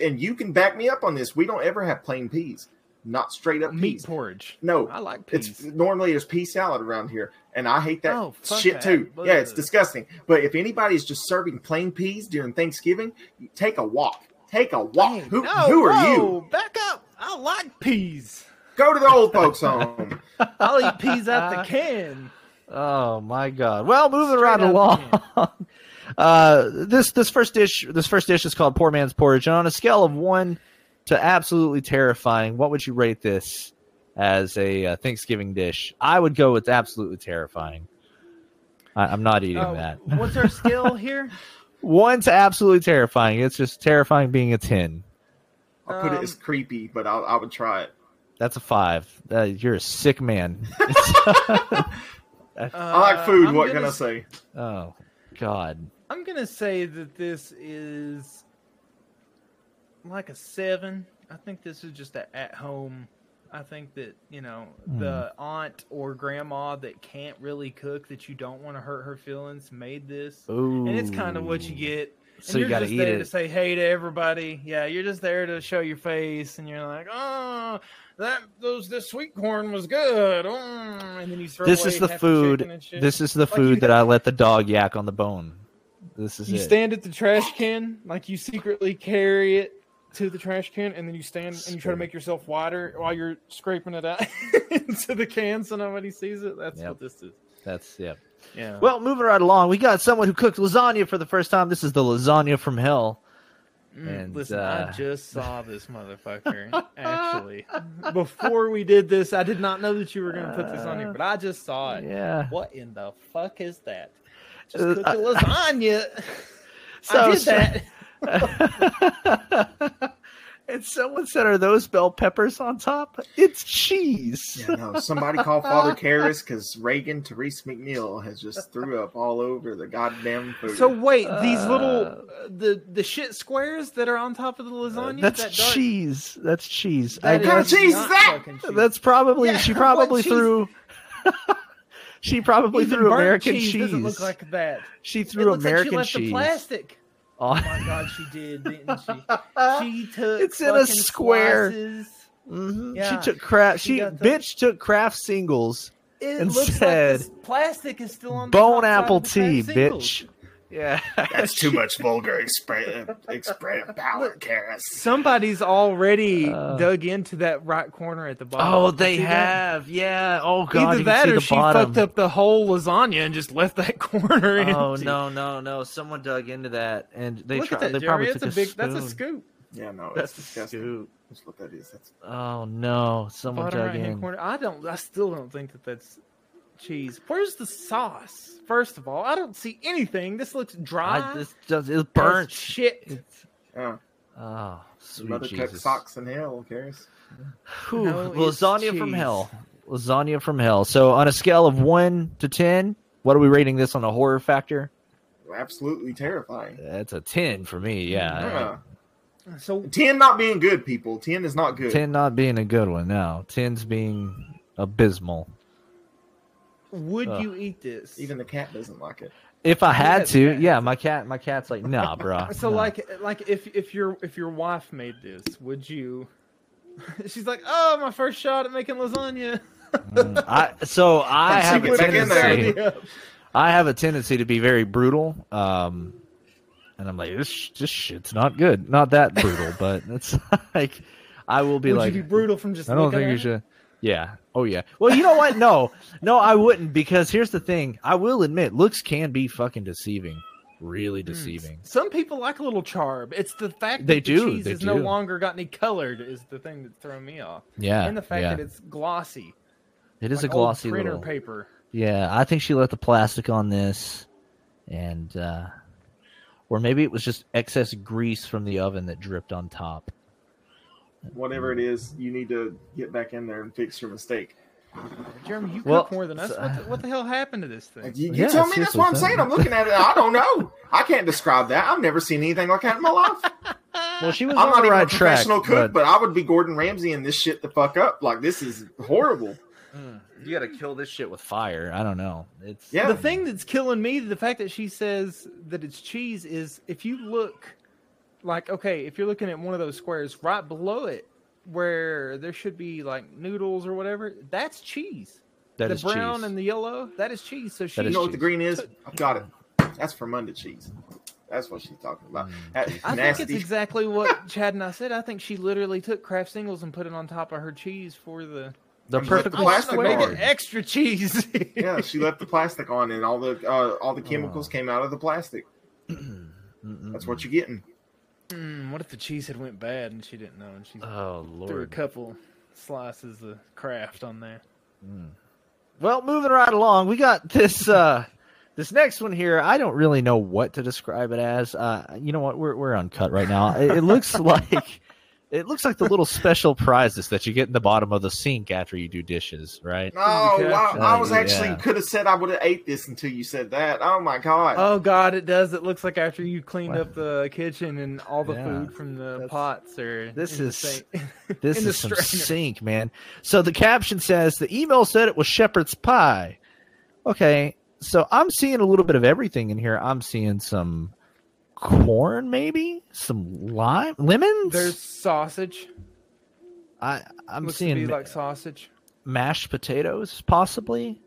and you can back me up on this, we don't ever have plain peas, not straight up
Meat
peas.
porridge.
No,
I like
It's
peas.
normally there's pea salad around here, and I hate that
Oh, fuck
shit
that.
too. Yeah, it's
Ugh.
disgusting. But if anybody's just serving plain peas during Thanksgiving, take a walk. Take a walk.
Hey,
who
no,
who are
whoa,
you?
Back up. I like peas.
Go to the old folks'
<laughs>
home.
I'll eat peas out
<laughs>
the can.
Oh my god. Well, moving right
Straight out the
along. <laughs> uh this this first dish this first dish is called poor man's porridge and on a scale of 1 to absolutely terrifying, what would you rate this as a uh, Thanksgiving dish? I would go with absolutely terrifying. I, I'm not eating
Uh,
that.
<laughs> what's our skill here?
<laughs> One to absolutely terrifying. It's just terrifying being a 10.
I'll put it as
Um,
creepy, but I'll, I would try it.
That's a 5. Uh, you're a sick
<laughs>
man. <laughs>
I like food. what can
uh, gonna <laughs>
I say?
oh god.
I'm gonna say that this is like a seven. I think this is just a at home. I think that you know the aunt or grandma that can't really cook that you don't want to hurt her feelings made this,
Ooh.
and it's kind of what you get. And
So you
you're
gotta
just
eat
there
it.
to say hey to everybody. Yeah, you're just there to show your face, and you're like, oh, that those this sweet corn was good. Mm," And then you throw
this
away
is the
half
food.
chicken and shit.
This is the
Like, you
food that
have-
I let the dog yak on the bone. This is
you
it.
stand at the trash can like you secretly carry it to the trash can and then you stand and you try to make yourself wider while you're scraping it out <laughs> into the can so nobody sees it that's
Yep.
what this is
That's yeah.
yeah
Well, moving right along, we got someone who cooked lasagna for the first time. This is the lasagna from hell. and,
Mm, listen
uh,
i just saw
<laughs>
this motherfucker actually before we did this i did not know that you were going to put this on here but i just saw it
Yeah.
what in the fuck is that just
Uh,
cook
I- <laughs>
a lasagna
So-
i did
so-
that
<laughs> and someone said, "Are those bell peppers on top? It's cheese."
Yeah, no, somebody
<laughs>
call Father Karras because Reagan Therese McNeil has just threw up all over the goddamn food.
So wait, these little
Uh,
uh, the the shit squares that are on top of the lasagna.
That's
that dark-
cheese. That's cheese.
that
I
What kind
guess
of cheese is
not
that?
fucking cheese.
that's probably
Yeah, <laughs>
she
what
probably
cheese?
threw. <laughs> she probably
Even
threw
burnt
American cheese.
Doesn't look like that.
she
it
threw
looks
American
like she
cheese.
left The plastic.
on-
Oh my god, she did,
<laughs>
didn't she? She took.
It's in a
fucking
square.
slices.
Mhm.
Yeah.
She took craft.
She
She,
got the-
bitch took craft singles,
It
And
looks like
said,
this plastic is still on the
bone
top side
apple
of the craft
tea,
singles.
bitch.
<laughs>
Yeah,
That's too much vulgar express express power, Karras.
Somebody's already
Uh.
dug into that right corner at the bottom.
Oh,
You
they
see that?
have. Yeah. Oh god. you
Either
can
that
see
or
the
she
bottom.
fucked up the whole lasagna and just left that <laughs> corner.
Oh
empty.
no no no! Someone dug into that, and they
Look
tried.
at that,
they probably
Jerry.
took
That's a big. That's a
spoon.
scoop.
Yeah, no,
That's
that's
a
disgusting.
scoop.
That's what that is. That's
Oh no! Someone
Bottom
dug
right hand
in.
corner. I don't. I still don't think that that's cheese. Where's the sauce? First of all, I don't see anything. This looks dry.
I, this does it's
as
burnt.
shit.
It's-
uh,
oh, sweet
mother cooked
Jesus!
socks in hell, Karras.
Whew,
No, it's
lasagna from
cheese.
hell. Lasagna from hell. So on a scale of one to ten, what are we rating this on a horror factor?
Absolutely terrifying.
That's a ten for me. Yeah.
Mm, Yeah.
So
Ten not being good, people. Ten is not good.
10 not being a good one no 10's being abysmal
would
Ugh.
you eat this?
Even the cat doesn't like it.
if i had
that's
to
bad.
yeah my cat my cat's like nah bruh
<laughs> so
nah.
like like if if your if your wife made this, would you? <laughs> She's like, oh, my first shot at making lasagna. <laughs>
Mm, i so i
Let's
have
see
a
what's back in
tendency
there.
Lasagna.
i have a tendency to be very brutal um and i'm like this sh- this shit's not good not that brutal but it's <laughs> like i will <laughs> be
Would
like
you be brutal from just?
I don't
looking
think
at
you
it?
should. Yeah. Oh yeah. Well, you know what? No, no, I wouldn't because here's the thing. I will admit, looks can be fucking deceiving,
Hmm.
really deceiving.
Some people like a little charb. It's the fact that
They
the
do,
cheese
they
is no
do.
longer got any colored is the thing that's throwing me off,
Yeah.
and the fact
yeah.
that it's glossy.
it is
like
a glossy
old printer
little.
paper.
Yeah, I think she left the plastic on this, and uh or maybe it was just excess grease from the oven that dripped on top.
Whatever it is, you need to get back in there and fix your mistake.
Jeremy, you
Well,
cook more than us.
so-
What the, what the hell happened to this thing?
You, you
Yeah,
tell me that's
seriously,
what I'm
son.
saying. I'm looking at it. I don't know. I can't describe that. I've never seen anything like that in my life.
Well, she was
I'm
on
not
the
even
right
a professional
track,
cook, but... I would be Gordon Ramsay and this shit the fuck up. Like this is horrible.
you got to kill this shit with fire. I don't know. It's
Yeah.
The thing that's killing me, the fact that she says that it's cheese, is if you look, like, okay, if you're looking at one of those squares right below it, where there should be like noodles or whatever, that's cheese.
that
the
is
brown
cheese.
and the yellow, that is cheese. So she,
That
You
is
know what
cheese.
the green is? I've got it. That's Fermunda cheese. That's what she's talking about.
Hmm.
That
I
nasty.
think it's exactly what <laughs> Chad and I said. I think she literally took Kraft singles and put it on top of her cheese for the
the
I'm
perfect
like, plastic
square.
guard.
<laughs>
extra cheese. <laughs>
yeah, she left the plastic on, and all the uh, all the chemicals came out of the plastic. That's what you're getting.
Mm, what if the cheese had went bad and she didn't know and she
Oh
threw a
lord.
couple slices of Kraft on there?
Well, moving right along, we got this uh this next one here. I don't really know what to describe it as. Uh you know what? We're we're uncut right now. It, it
<laughs>
looks like it looks like the little special prizes that you get in the bottom of the sink after you do dishes, right?
Oh,
Okay.
wow. I was
Oh,
actually
yeah.
could have said I would have ate this until you said that. Oh my god.
Oh God, it does. It looks like after you cleaned up the kitchen and all the
Yeah.
food from the pots or
This
in the
is-
sink. <laughs>
This
in
is
the
some
strainer.
sink, man. So the caption says the email said it was shepherd's pie. Okay, so I'm seeing a little bit of everything in here. I'm seeing some corn, maybe some lime, lemons.
There's sausage.
I I'm
looks to
seeing
be
ma-
like sausage.
mashed potatoes, possibly.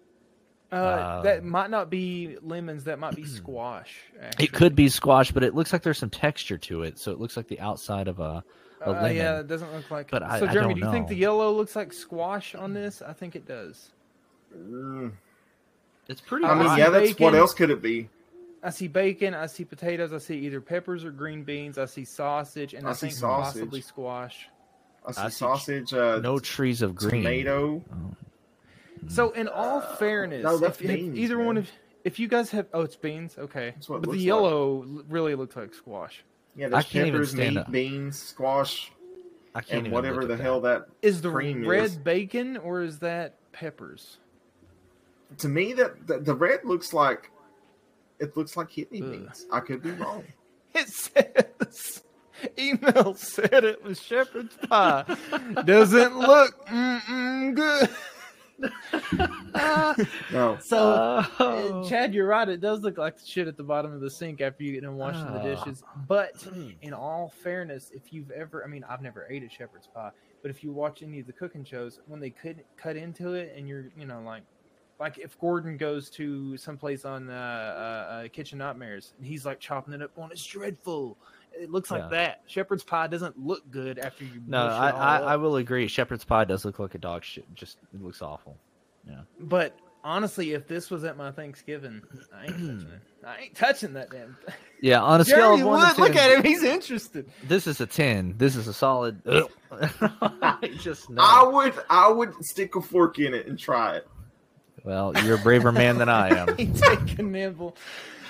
Uh, that might not be lemons. That
<clears throat>
might be squash. Actually.
It could be squash, but it looks like there's some texture to it, so it looks like the outside of a, a
Uh,
lemon.
yeah, it doesn't look like.
But I-
so,
I
Jeremy,
don't
do you think
know.
the yellow looks like squash on this? I think it does.
Mm.
It's pretty.
I mean,
Lots
yeah,
of
that's what
bacon.
else could it be?
I see bacon. I see potatoes. I see either peppers or green beans. I see sausage, and
I
I,
see
think
sausage.
possibly squash.
I see
I see
sausage, uh,
no trees of green.
tomato.
So, in all fairness,
no, that's
if, if
beans,
either
man.
one of if you guys have oh, it's beans. Okay,
That's what it
but the
looks like.
yellow l- really looks like squash.
Yeah, there's
I can't even
peppers,
stand
meat,
up.
beans, squash,
I can't
and
even
whatever
look
the
at
hell that.
Is the
Cream
red
is-
bacon or is that peppers? <laughs>
To me, that the, the red looks like it looks like kidney
Ugh.
beans. I could
<laughs>
be wrong.
It says email said it was shepherd's pie. Doesn't look mm-mm good.
No,
So
Oh. <laughs>
uh, Chad, you're right. It does look like the shit at the bottom of the sink after you get done washing the
Ah.
dishes. But in all fairness, if you've ever, I mean, I've never ate a shepherd's pie, but if you watch any of the cooking shows, when they could cut into it, and you're, you know, like, like if Gordon goes to someplace on uh, uh, uh, Kitchen Nightmares and he's like chopping it up, going, "It's dreadful." It looks
Yeah.
like that. Shepherd's pie doesn't look good after you.
No,
mush it
I,
all
I,
up.
I will agree. Shepherd's pie does look like a dog shit. Just it looks awful.
But honestly, if this was at my Thanksgiving, I ain't touching it. I ain't touching that damn thing.
Yeah, on a scale
Jeremy
of one
Wood,
to
look
10,
at him. He's interested.
This is a ten. This is a
<laughs>
solid. <laughs> I just know.
I would, I would stick a fork in it and try it.
Well, you're a braver man than I am.
<laughs> he take a nibble.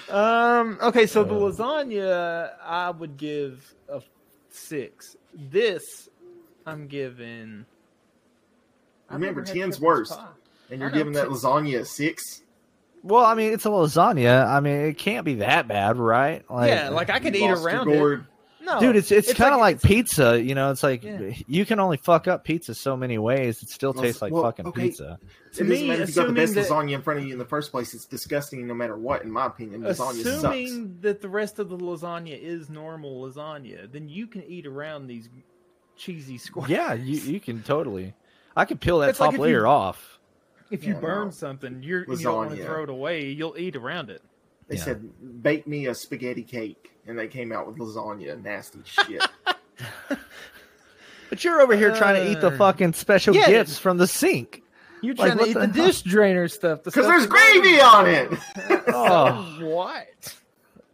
Um, okay, so
Uh.
the lasagna I would give a six. This I'm giving. I've
Remember,
never had
10's
shepherd's
worst.
pie.
And you're
I know,
giving that
too.
lasagna a six.
Well, I mean, it's a lasagna. I mean, it can't be that bad, right?
yeah, like I could
You
eat
lost your
around it.
gourd.
No,
dude, it's it's, kind of like,
it's-
pizza. You know, it's like
Yeah.
you can only fuck up pizza so many ways. It still
Well,
tastes like
well,
fucking
okay.
pizza.
to
it doesn't
me,
matter if you got the
assuming
best
that-
lasagna in front of you in the first place. It's disgusting no matter what, in my opinion. Lasagna sucks.
assuming that the rest of the lasagna is normal lasagna, then you can eat around these cheesy squares.
Yeah, you you can totally. I could peel that
It's like
top
if you-
layer off.
If you
Yeah,
burn
no.
something, you're you don't want
Lasagna.
to throw it away. You'll eat around it.
They
Yeah.
said, bake me a spaghetti cake. And they came out with lasagna.
<laughs>
Nasty shit.
But you're over here trying to eat the
Uh,
fucking special
yeah.
gifts from the sink.
You're
Like,
trying
what
to eat
the
the,
hell?
dish drainer stuff.
Because there's gravy on it.
Oh,
What?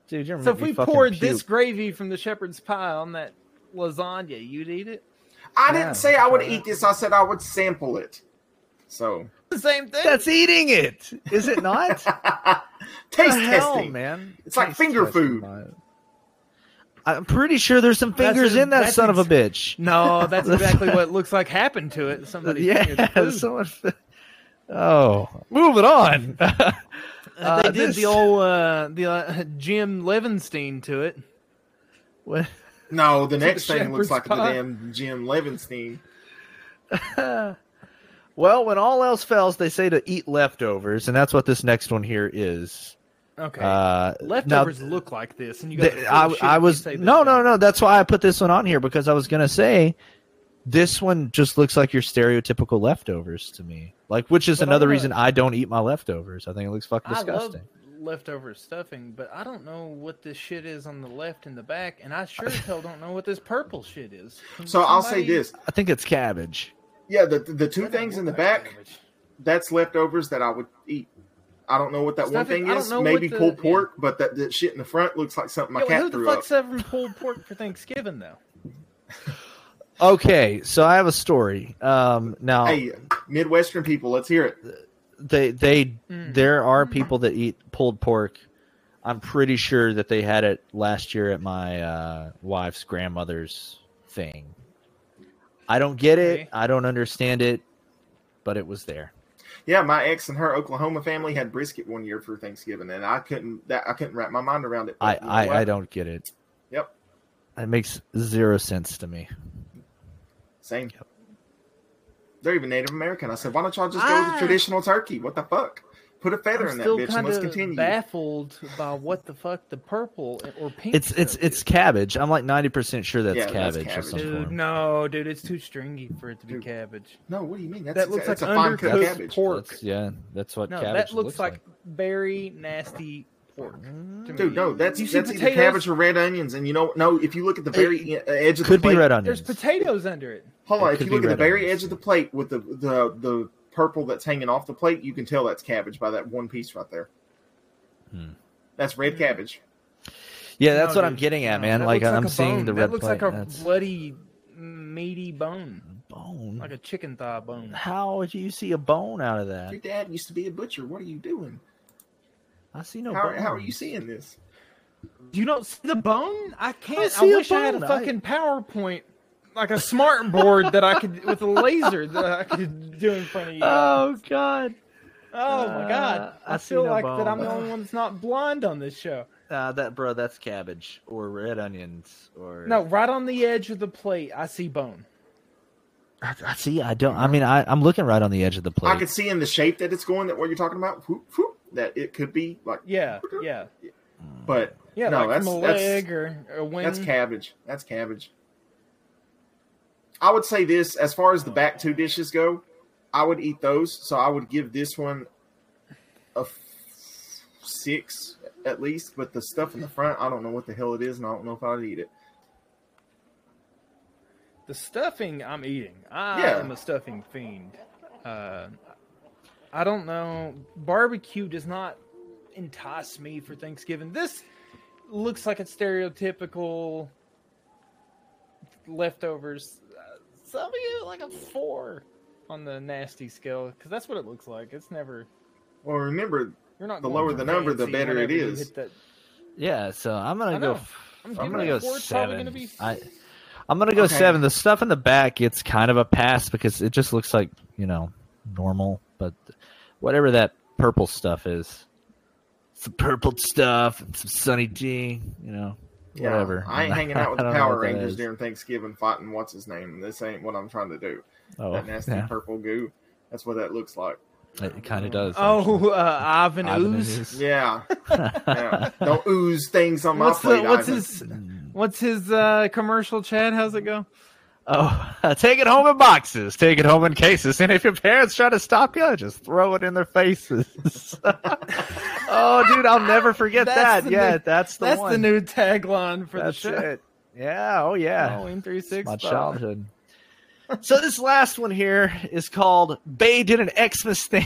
dude, you're
So
making
if
me
we
fucking
poured this
puke.
gravy from the shepherd's pie on that lasagna, you'd eat it?
<laughs> I
Yeah.
didn't say I would eat this. I said I would sample it. So,
The same thing. <laughs>
that's eating it, is it not?
taste
the hell,
testing.
man.
It's like finger
testing,
food.
man. I'm pretty sure there's some
That's
fingers
a-
in that
that's
son of a
ex-
bitch. <laughs>
no, that's exactly what it looks like happened to it. Somebody fingered the
<laughs> yeah,
food.
someone. Oh, moving on. <laughs>
Uh, they
Uh,
did
this-
the old uh, the uh, Jim Levinstein to it. What?
<laughs>
No, the next
the
thing looks like
shepherd's
the
pie.
damn Jim Levinstein.
well, when all else fails, they say to eat leftovers, and that's what this next one here is.
Okay,
Uh, now-
leftovers look like this, and you got.
Th- I, I was no no no that's why i put this one on here because i was gonna say this one just looks like your stereotypical leftovers to me like which is
But I
another
wanna-
reason i don't eat my leftovers i think it looks fucking
I love
disgusting
leftover stuffing, but I don't know what this shit is on the left and the back, and I sure as hell don't know what this purple shit is. Can
<laughs> So I'll say
somebody-
this:
i think it's cabbage
yeah, the the two
That don't
things in the
look like
back
cabbage.
that's leftovers that I would eat. I don't know what that one
Stuffing-
thing
I don't
is.
know
Maybe
what the-
pulled pork, but that, that shit in the front looks like something my
Yeah, well,
cat
who the
threw up.
fuck's having pulled pork for Thanksgiving though?
okay so i have a story um now
Hey, Midwestern people, let's hear it.
they they
Mm.
there are people that eat pulled pork i'm pretty sure that they had it last year at my uh, wife's grandmother's thing i don't get it
Okay.
i don't understand it but it was there
Yeah, my ex and her Oklahoma family had brisket one year for Thanksgiving, and I couldn't that I couldn't wrap my mind around it.
i
But you know
i,
what?
I don't get it
Yep,
it makes zero sense to me
same. They're even Native American. I said, why don't y'all just go with
Ah.
the traditional turkey? What the fuck? Put a <laughs> feather
I'm
in that
still
bitch and
kind
let's
of
continue.
baffled by what the fuck the purple or pink.
it's it's
stuff
it's
is.
cabbage i'm like 90% sure that's
Yeah, that's
cabbage or
cabbage.
something
Dude, no, dude, it's too stringy for it to be
Dude.
cabbage.
No, what do you mean? That's
That looks
that's
like
a fine cut
undercooked
cabbage.
pork.
That's, yeah that's what
No,
cabbage
that looks, like, very nasty pork. to
Dude,
me.
no, that's
You see
that's either
potatoes?
cabbage or red onions, and you know, no, if you look at the very e- edge of
could
the
be
plate,
red onions
There's potatoes under it.
hold
it
on, if
could
you
be
look at the
red
very
onions.
edge of the plate with the the the purple that's hanging off the plate, you can tell that's cabbage by that one piece right there.
Hmm.
That's red cabbage.
yeah that's
No,
what i'm
dude,
getting at
no,
man
that
like
looks
i'm
a
seeing
bone.
the
That
red
looks
plate
like a
that's
bloody meaty bone,
bone
like a chicken thigh bone.
How do you see a bone out of that?
Your dad used to be a butcher. What are you doing?
I see no um,
How,
bone.
how are you seeing this?
You don't see the bone? I can't. I,
see a
wish I had a
bone. I-
fucking <laughs> PowerPoint, like a smart board that I could with a laser that I could do in front of you.
Oh God!
Oh my god!
Uh, I
I,
see
feel
no
like that
bone.
I'm the only one that's not blind on this show.
Uh, that bro, that's cabbage or red onions or
No, right on the edge of the plate, I see bone.
I, I see. I don't. I mean, I, I'm looking right on the edge of the plate.
I could see in the shape that it's going that what you're talking about. Whoop, whoop, that it could be like,
Yeah, yeah,
but
yeah.
No,
like
that's-
from a
that's-
leg or a wing.
That's cabbage. That's cabbage. I would say this as far as the back two dishes go, I would eat those. So I would give this one a f- six at least. But the stuff in the front, I don't know what the hell it is, and I don't know if I'd eat it.
The stuffing I'm eating. I
Yeah.
am a stuffing fiend. Uh, I don't know. Barbecue does not entice me for Thanksgiving. This looks like a stereotypical leftovers. Uh, some of you like a four on the nasty scale because that's what it looks like. It's never.
Well, remember,
You're not
The
going
lower
for
the number, the
fancy
better it
whenever you
is.
hit that-
yeah, so I'm gonna go.
I know.
f-
I'm
I'm,
giving
gonna
it
go
a four. It's probably
seven.
gonna be-
I, I'm gonna go
Okay.
seven. The stuff in the back, it's kind of a pass because it just looks like you know normal, but whatever that purple stuff is, some purple stuff, and some Sunny D, you know,
yeah,
whatever.
I ain't
<laughs>
hanging out with
I
the
don't know
Power
what that
Rangers
is.
during Thanksgiving fighting what's his name. This ain't what I'm trying to do.
Oh,
that nasty
yeah.
purple goo. That's what that looks like.
It kind of does. actually.
Oh, uh, Ivan
Ivan and
Ooze.
his- <laughs>
Yeah, yeah. don't ooze things on my
What's
plate.
the, what's
Ivan.
his what's his uh, commercial? Chad, how's it go?
oh, <laughs> take it home in boxes. Take it home in cases. And if your parents try to stop you, just throw it in their faces. <laughs> oh, dude, I'll never forget
That's
that.
the
yeah,
new-
that's the
That's
one.
the new tagline for
That's
the show. <laughs>
it. Yeah. Oh, yeah.
Halloween three six.
My
five.
childhood. <laughs> so this last one here is called "Bay Did an Xmas Thing."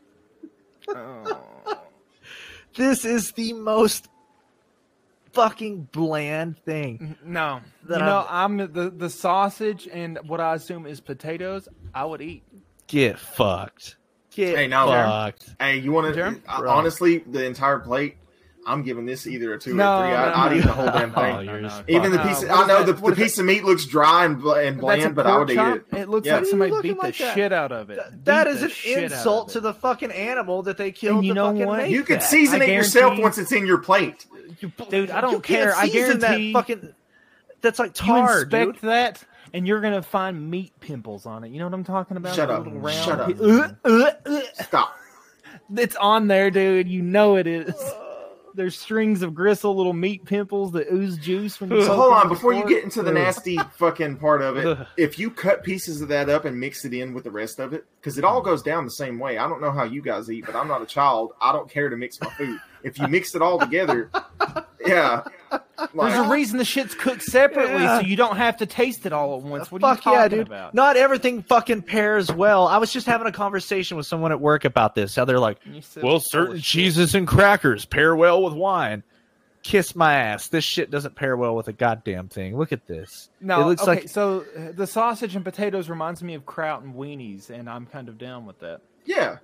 <laughs>
Oh.
This is the most fucking bland thing.
No,
That
you know I'm the the sausage and what I assume is potatoes. I would eat.
Get fucked. Get
Hey, now-
fucked.
Hey, you want
Jerem?
to
Bro.
honestly the entire plate? I'm giving this either a two
No,
or a three.
no,
I, I'd
no.
eat the
<laughs>
<laughs>
whole damn
Oh,
thing.
you're
no,
just
no.
Even the
Uh,
piece,
what
I
is
know
that-
the,
what
the
is that-
piece of meat looks dry and, bl-
That's
and
a
bland, but I
pork
would eat
chop?
it.
looks
Yeah.
like somebody
What are you
beat the
looking like that?
shit out of it.
Th- that
Beat
is
the
an
shit out
insult
of
to
it.
the fucking animal that they killed.
you
to
know
fucking
what?
make
You
can
could
that.
season
I
it yourself
guarantee-
once it's in your plate.
Dude, I
You
don't
can't
care. I
season
guarantee-
that fucking. That's like
You
tar,
inspect
dude.
that, and you're gonna find meat pimples on it. You know what I'm talking about?
Shut
The
up.
little round
Shut up.
pi-
Uh,
Ugh, ugh, ugh. <laughs>
Stop.
It's on there, dude. You know it is. There's strings of gristle, little meat pimples that ooze juice from the.
So hold on, before you get into the nasty fucking part of it,
Ugh.
if you cut pieces of that up and mix it in with the rest of it, because it all goes down the same way. I don't know how you guys eat, but I'm not a child. I don't care to mix my food. If you mix it all together, <laughs> yeah.
There's a
Like,
reason the shit's cooked separately,
Yeah.
so you don't have to taste it all at once. What
Fuck
are you
yeah,
talking
dude.
about?
Not everything fucking pairs well. I was just having a conversation with someone at work about this. How they're like,
You said
well,
it's full of
certain
shit.
cheeses and crackers pair well with wine. Kiss my ass. This shit doesn't pair well with a goddamn thing. Look at this.
No,
it looks
okay,
like
so uh, the sausage and potatoes reminds me of kraut and weenies, and I'm kind of down with that.
yeah.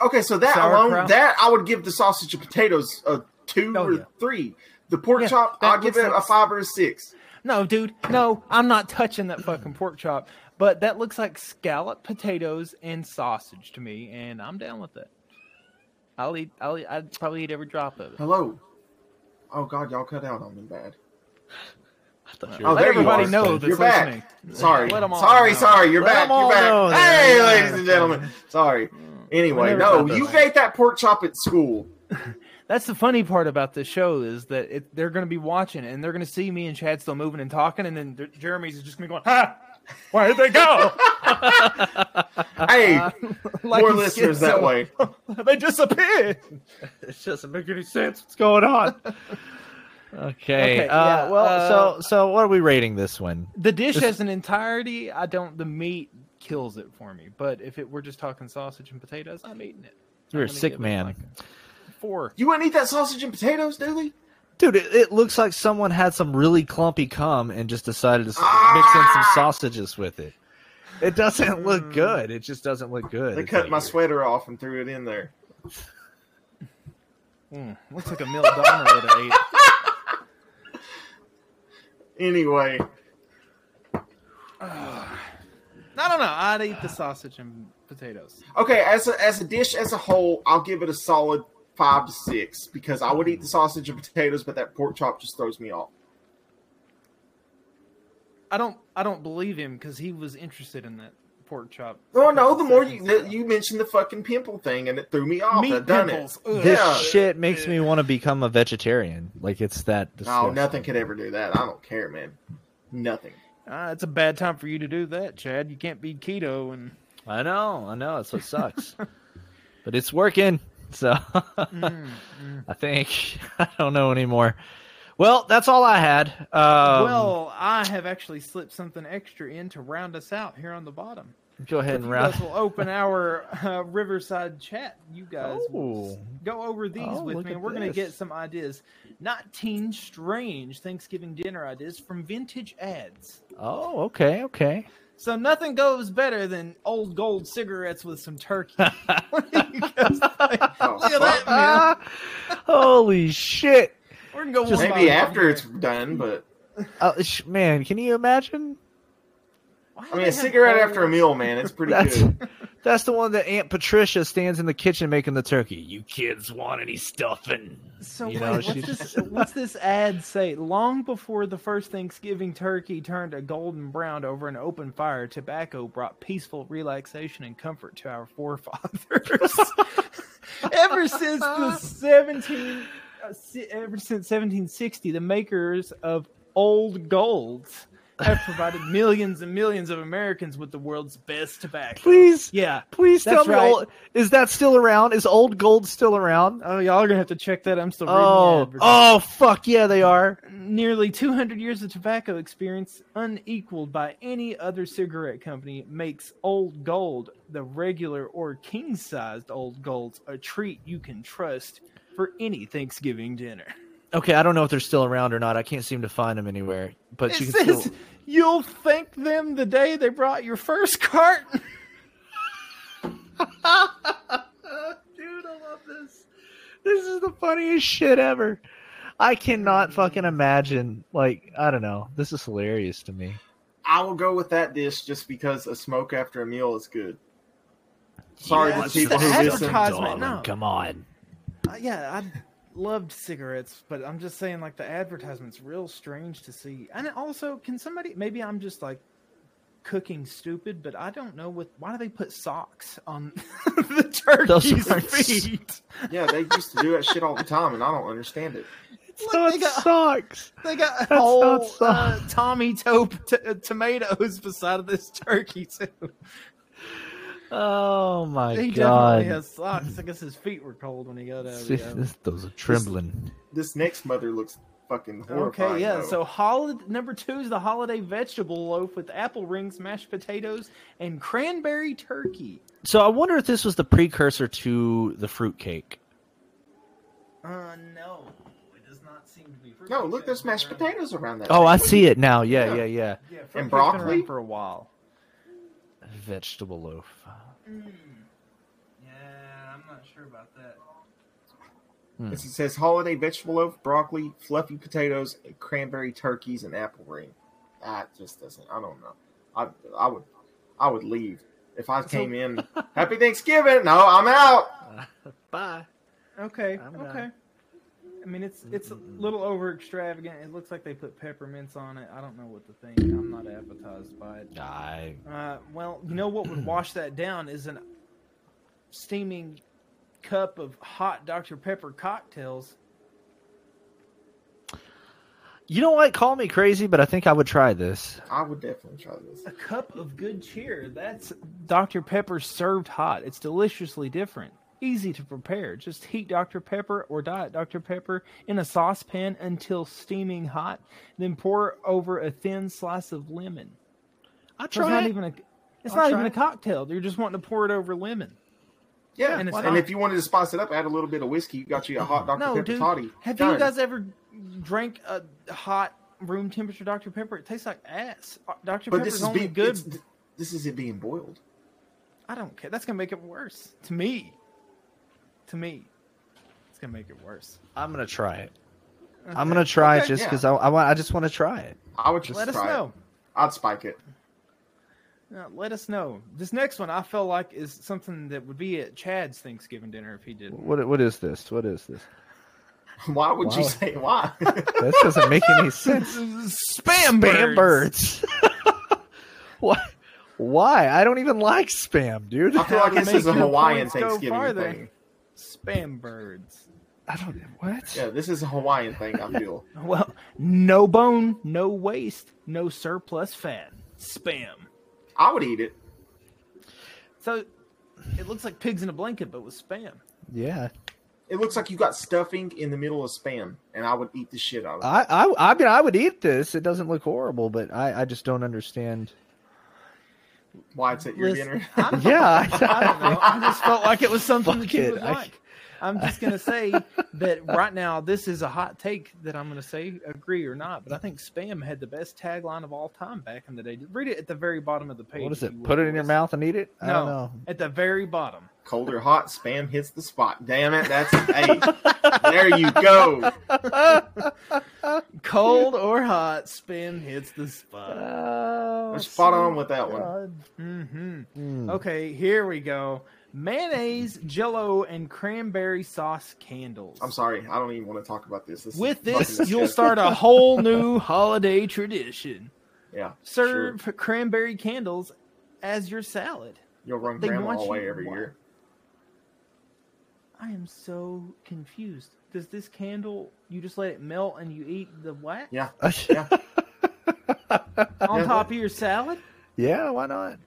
Okay, so that
Sauerkraut?
alone, that I would give the sausage and potatoes a two
Oh,
or
yeah.
three. The pork
Yeah,
chop,
that
I'll give
looks
it a
like-
five or a six.
No, dude, no, I'm not touching that fucking pork chop. But that looks like scallop potatoes and sausage to me, and I'm down with it. I'll eat. I'll. Eat, I'd probably eat every drop of it.
Hello. Oh God, y'all cut out on me bad.
Oh,
Let
there you
everybody
are.
know that's
You're back.
listening.
Sorry.
Let 'em all
sorry,
know.
sorry. You're
Let
back.
'em all
You're back.
know that-
hey, ladies and gentlemen. Sorry. Anyway,
Whenever
no,
Mm. that
you
does.
ate that pork chop
<laughs>
at school.
That's the funny part about this show is that it, they're going to be watching and they're going to see me and Chad still moving and talking, and then th- Jeremy's just going to be going, "Ha! Where did they go? <laughs>
Hey,
Like
more
he
listeners
skipped
that
some-
way.
they disappeared."
<laughs> It doesn't make any sense. What's going <laughs> on? okay.
Okay,
uh,
yeah,
well,
uh,
so so what are we rating this one?
The dish
This-
as an entirety, I don't. The meat kills it for me. But if it we're just talking sausage and potatoes, I'm eating it.
You're a
I'm gonna
sick
give it,
man,
like, Four.
You wouldn't eat that sausage and potatoes, Dooley?
dude. It, it looks like someone had some really clumpy cum and just decided to s mix in some
Ah! Hmm.
sausages with it. It doesn't look good. It just doesn't look good.
They
It's
cut
like-
my sweater off and threw it in there.
Mm, looks like a meal Donna that I ate.
Anyway,
<laughs> No, no, no. I'd eat the sausage and potatoes.
okay, as a, as a dish as a whole, I'll give it a solid five to six because I would eat the sausage and potatoes, but that pork chop just throws me off.
I don't. I don't believe him because he was interested in that pork chop.
Oh no, the more you the, you mentioned the fucking pimple thing and it threw me off.
Meat
I done
pimples.
it.
Ugh.
This
yeah.
shit makes me want to become a vegetarian. Like it's that.
No,
disgusting.
nothing could ever do that. I don't care, man. Nothing.
Ah, it's a bad time for you to do that, Chad. You can't be keto and.
I know. I know. That's what
<laughs>
sucks. but it's working. So. <laughs>
Mm,
Hmm,
mm.
I think <laughs> I don't know anymore. Well, that's all I had. Um,
well, I have actually slipped something extra in to round us out here on the bottom.
go ahead
If
and
you
round.
guys will open our uh, Riverside chat. You guys will s-
Oh.
go over these
Oh,
with
look
me.
at
We're going to
this.
get some ideas. 19 strange Thanksgiving dinner ideas from vintage ads.
Oh, okay, okay.
So nothing goes better than old gold cigarettes with some turkey. <laughs> What do you guys think?
<laughs> Oh,
Look at that,
fuck.
man.
Ah, Holy shit!
We're going to go
Just
one
Maybe
by one
after
here.
it's done, but
Uh, sh- man, can you imagine?
Why do
I mean,
they
a
have
cigarette after a
holes?
meal, man, it's pretty
That's
good.
<laughs> that's the one that Aunt Patricia stands in the kitchen making the turkey. You kids want any stuffing?
So
You
wait,
know,
what's
she-
this? What's this ad say? Long before the first Thanksgiving turkey turned a golden brown over an open fire, tobacco brought peaceful relaxation and comfort to our forefathers. <laughs> ever
<laughs>
since the seventeen, uh, si- ever since seventeen sixty, the makers of Old Golds have provided millions and millions of Americans with the world's best tobacco.
Please,
Yeah.
please tell
That's
me.
right.
Old, is that still around? Is Old Gold still around?
Oh, y'all are gonna have to check that. I'm still reading the
Oh,
advertisement.
oh, fuck yeah, they are.
nearly 200 years of tobacco experience unequaled by any other cigarette company makes old gold the regular or king-sized old golds a treat you can trust for any thanksgiving dinner
Okay, I don't know if they're still around or not. I can't seem to find them anywhere. But
it
you can <laughs>
says
still.
you'll thank them the day they brought your first carton
Dude, I oh, love this. this is the funniest shit ever. I cannot fucking imagine. Like, I don't know. This is hilarious to me.
I will go with that dish just because a smoke after a meal is good. Sorry
Yeah,
to
it's
people
the
who
advertisement,
listen.
Darling, no.
Come on.
Uh, yeah, I loved cigarettes, but I'm just saying, like the advertisements, real strange to see. And also, can somebody? Maybe I'm just like cooking stupid, but I don't know what. Why do they put socks on <laughs> the turkey's
aren't
feet?
Yeah, they used to do that shit all the time, and I don't understand it.
So
Look, they
it
got
sucks.
they got
not
whole uh,
socks.
Tommy Tope t- uh, tomatoes beside of this turkey too.
Oh my
he
god.
definitely has socks. I guess his feet were cold when he got out of the
<laughs> This-
oven.
this- those are trembling.
This next mother looks fucking horrifying.
Okay, yeah.
though.
So holiday number two is the holiday vegetable loaf with apple rings, mashed potatoes, and cranberry turkey.
So I wonder if this was the precursor to the fruitcake.
Uh, no, it does not seem to be.
no, look, there's mashed potatoes around that.
Oh, I
thing.
see it now. Yeah, yeah, yeah.
Yeah.
Yeah, fruitcake's
And
been around
broccoli?
for a while.
Vegetable loaf.
Hmm.
Yeah, I'm not sure about that.
It says holiday vegetable loaf, broccoli, fluffy potatoes, and cranberry turkeys, and apple ring. That just doesn't. I don't know. I I would I would leave if I came in. Happy Thanksgiving. No, I'm out.
Bye.
Okay,
I'm
okay.
done.
I mean, it's it's a little over extravagant. It looks like they put peppermints on it. I don't know what to think. I'm not appetized by it.
I
Uh, well, you know what would wash that down is an steaming cup of hot Dr. Pepper cocktails.
You know what? Call me crazy, but I think I would try this.
I would definitely try this.
A cup of good cheer. That's Dr. Pepper served hot. It's deliciously different. Easy to prepare. Just heat Dr. Pepper or Diet Dr. Pepper in a saucepan until steaming hot, then pour over a thin slice of lemon.
I
So it's not even a it's
I'll try
not even a
it.
cocktail. You're just wanting to pour it over lemon.
Yeah,
And
and,
it's not-
if you wanted to spice it up, add a little bit of whiskey. You got you a hot Dr
No,
Pepper
dude.
toddy.
Have
Done.
you guys ever drank a hot room temperature Dr. Pepper? It tastes like ass. Uh, Dr.
But
Pepper's
this is
only
being
good.
good. This is it being boiled.
I don't care. That's gonna make it worse to me. To me, it's gonna make it worse.
I'm gonna try it. I'm gonna try it
Okay.
just
Yeah.
because I, I want. I just want to try it.
I would just
Let us
try it.
know.
I'd spike it. <laughs>
Uh, let us know. This next one I feel like is something that would be at Chad's Thanksgiving dinner if he did.
What What is this? What is this?
Why would you
Wow.
say why? <laughs>
This doesn't make
<laughs>
any sense.
Spam
Spam birds. <laughs> Why? Why? I don't even like spam, dude.
I feel like
How to
this is a
make your
Hawaiian
points go
Thanksgiving
farther.
thing.
Spam birds.
<laughs> I don't. What?
Yeah, this is a Hawaiian thing. I feel.
Well, no bone, no waste, no surplus fat. Spam.
I would eat it.
So it looks like pigs in a blanket, but with spam.
Yeah.
It looks like you got stuffing in the middle of spam, and I would eat the shit out of it.
I, I. I mean, I would eat this. It doesn't look horrible, but I. I just don't understand.
Why it's at your
Listen,
dinner? <laughs>
I'm-
<laughs> Yeah.
I
I, <laughs>
don't know. I just felt like it was something the
Fuck
kid
it,
would
I-
like. I'm just gonna say that right now, this is a hot take that I'm gonna say, agree or not. But I think Spam had the best tagline of all time back in the day. Read it at the very bottom of the page.
what is
if you
it?
would,
Put it in your
boys.
mouth and eat it? I don't
No,
know.
at the very bottom.
Cold or hot, spam hits the spot. Damn it, that's hey. There
<laughs>
you go.
Cold or hot, Spam hits the
Uh.
spot.
Oh,
We're spot on with that one. Hmm.
Mm-hmm.
Mm.
Okay, here we go. Mayonnaise, Jello, and cranberry sauce candles.
I'm sorry, I don't even want to talk about this. this is
With
fucking
this, you'll
disgusting.
start a whole
<laughs>
new holiday tradition.
Yeah, sure.
Serve cranberry candles as your salad.
You'll run
They
grandma
want
away
you-
every
why-
year.
I am so confused. Does this candle you just let it melt and you eat the wax
Yeah,
<laughs>
on
Yeah.
top of your salad?
Yeah, why not?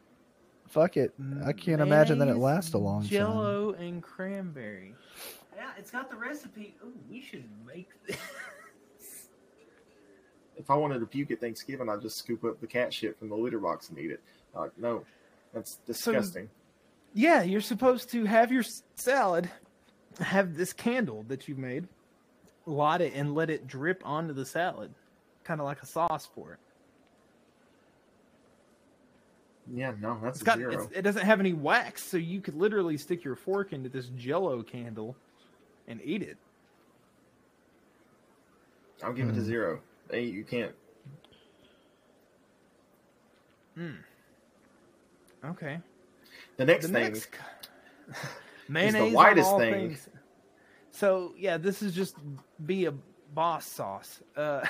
Fuck it. I can't imagine that it
Mayonnaise,
lasts a long time.
Jello and cranberry. Yeah, it's got the recipe. Ooh, we should make this. <laughs>
if I wanted to puke at Thanksgiving, I'd just scoop up the cat shit from the litter box and eat it. Like, no, that's disgusting.
Yeah, you're supposed to have your s- salad, have this candle that you made, light it, and let it drip onto the salad, kind of like a sauce for it.
yeah, no, that's
It's
a
got
zero.
it's, it doesn't have any wax, so you could literally stick your fork into this Jello candle and eat it.
I'll give it a zero. Hey, you can't.
Okay.
The next
The <laughs>
thing,
next c- mayonnaise on
widest
all
thing.
things. So yeah, this is just be a boss sauce. Uh,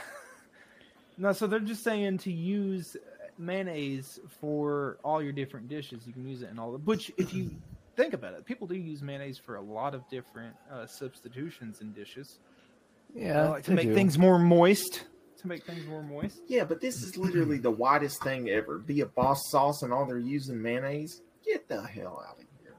<laughs> no, so they're just saying to use mayonnaise for all your different dishes. You can use it in all the which if you <clears throat> think about it, people do use mayonnaise for a lot of different uh, substitutions in dishes.
Yeah,
Uh, to
they
make
do.
things more moist. To make things more moist.
yeah, but this is literally the widest thing ever. Be a boss sauce and all they're using mayonnaise. Get the hell out of here.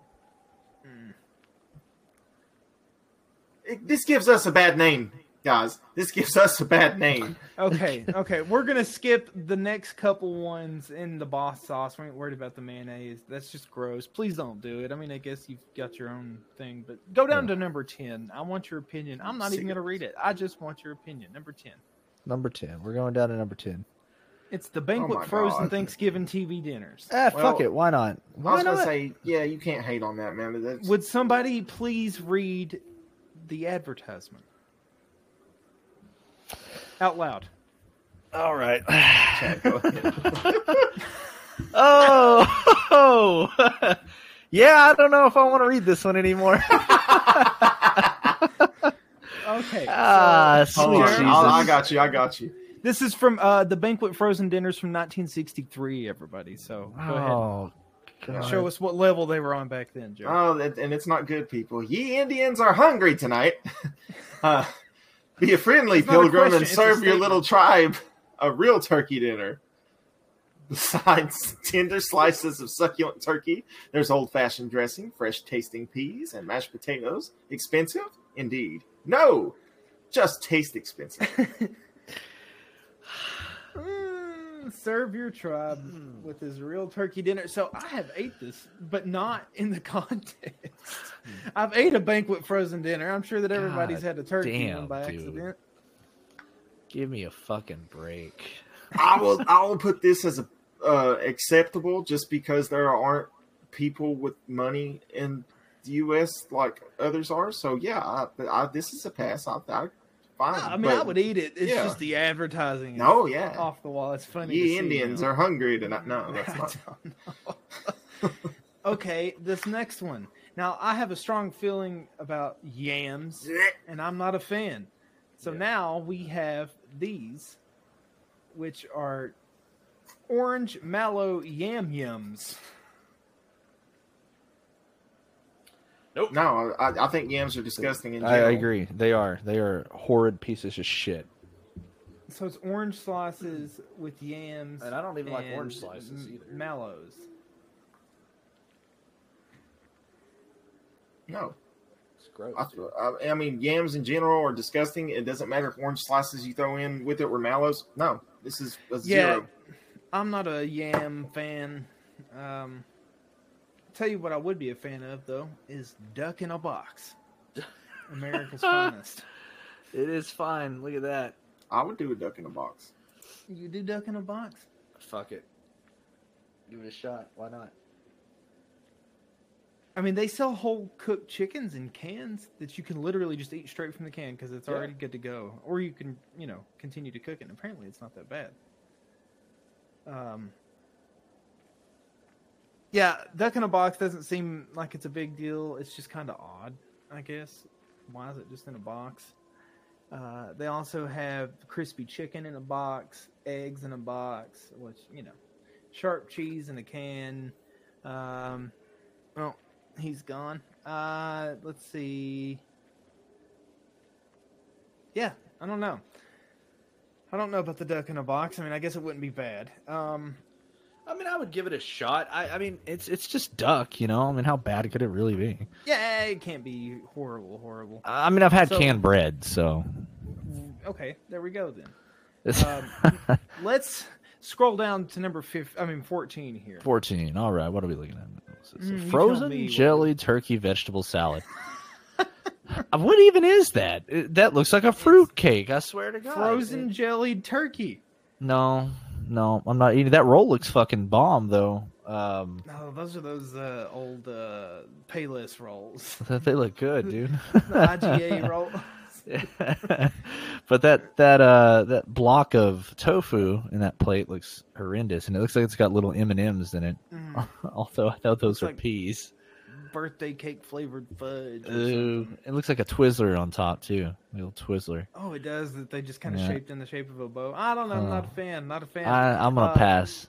It, this gives us a bad name, guys. This gives us a bad name.
Okay, okay. We're gonna skip the next couple ones in the boss sauce. We ain't worried about the mayonnaise. That's just gross. Please don't do it. I mean, I guess you've got your own thing, but go down to number ten. I want your opinion. I'm not even gonna read it. I just want your opinion. Number ten.
Number ten. We're going down to number ten.
It's the banquet
my
frozen
God.
Thanksgiving TV dinners.
Ah,
Well,
fuck it. Why not?
I
Why
was gonna
not?
say, yeah, you can't hate on that, man. But that's,
Would somebody please read the advertisement out loud?
All right.
Chad, go ahead.
<laughs> Oh, <laughs> yeah. I don't know if I want to read this one
<laughs>
anymore.
uh,
Okay.
oh,
ah,
Hold
sweet
on.
Jesus.
Oh, I, I got you. I got you.
This is from uh, the banquet frozen dinners from 1963. Everybody, so go ahead.
Oh, God.
Show us what level they were on back then, Joe.
Oh, that, and it's not good, people. Ye Indians are hungry tonight. <laughs> uh, be a friendly
not a
pilgrim
question,
and
it's a
serve your
statement.
little tribe a real turkey dinner. Besides <laughs> tender slices of succulent turkey, there's old fashioned dressing, fresh tasting peas, and mashed potatoes. Expensive? Indeed. No! Just taste expensive.
Mm, serve your tribe with his real turkey dinner. So I have ate this, but not in the <laughs> context. I've ate a banquet frozen dinner. I'm sure that everybody's
God
had a turkey
damn,
one by
dude.
accident.
Give me a fucking break.
I will I will put this as a, uh, acceptable just because there aren't people with money in the U.S. like others are. So yeah, I, I, this is a pass. I, I fine.
I mean,
but
I would eat it. It's
yeah.
just the advertising. is
No, yeah.
off the wall. It's funny. to see,
Ye
you
Indians
know.
are hungry tonight.
<laughs>
No, that's not.
okay. This next one. Now I have a strong feeling about yams. and I'm not a fan. So now we have these, which are orange mallow yam yums.
No, I, I think yams are disgusting. In
I,
general.
I agree. They are. They are horrid pieces of shit.
So it's orange slices with yams.
And I don't even like orange
and
slices either.
Mallows.
No,
It's gross.
I, I, I mean yams in general are disgusting. It doesn't matter if orange slices you throw in with it or mallows. No, this is a
Yeah,
zero.
I'm not a yam fan. Um, tell you what, I would be a fan of though is duck in
<laughs>
a box. America's finest.
It is fine. Look at that.
I would do a duck in a box.
You do duck in a box?
Fuck it. Give it a shot. Why not?
I mean, they sell whole cooked chickens in cans that you can literally just eat straight from the can because it's
Yeah.
already good to go, or you can, you know, continue to cook it. And apparently, it's not that bad. Um, yeah, duck in a box doesn't seem like it's a big deal. It's just kind of odd, I guess. Why is it just in a box? Uh, they also have crispy chicken in a box, eggs in a box, which you know, sharp cheese in a can. Um, well, he's gone. Uh, let's see. Yeah, I don't know. I don't know about the duck in a box. I mean, I guess it wouldn't be bad. Um,
I mean, I would give it a shot. I, I mean, it's it's just duck, you know. I mean, how bad could it really be?
yeah, it can't be horrible, horrible.
I mean, I've had
So-
canned bread, so
Okay, there we go then.
it's
Um, let's scroll down to number fif- I mean, fourteen here.
<laughs> fourteen. All right, what are we looking at? What's this?
Mm, you tell me
Frozen
what-
jelly turkey vegetable
<laughs>
salad. Uh, what even is that? It- That looks like a fruit cake. I swear to God.
Frozen jellied turkey.
No, no, I'm not eating. That roll looks fucking bomb, though. Uh,
Um,
No, Oh, those are those uh, old uh, Payless rolls,
they look good, dude.
the
<laughs>
<laughs> IGA roll.
<laughs> but that that uh that block of tofu in that plate looks horrendous, and it looks like it's got little M and M's in it.
Mm,
<laughs> Although I thought those
Looks
were
like-
peas.
birthday cake flavored fudge. or
Ooh,
something.
it looks like a Twizzler on top too. A little Twizzler.
Oh, it does. That they just kind of
Yeah.
shaped in the shape of a bow. I don't know. I'm not a fan. Not a fan.
I, I'm gonna
Uh,
pass.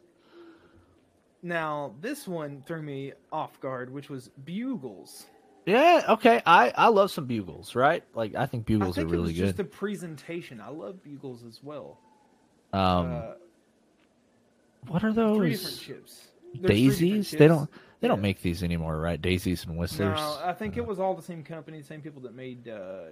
Now this one threw me off guard, which was bugles.
Yeah, okay. I I love some bugles, right? Like I think bugles
I think
are really
it was
good.
just the presentation. I love bugles as well.
um,
uh,
what are
three
those
different chips. There's three different
daisies?
chips.
They don't they don't
Yeah.
make these anymore, right? Daisies and whistlers.
No, I think it was all the same company, same people that made uh,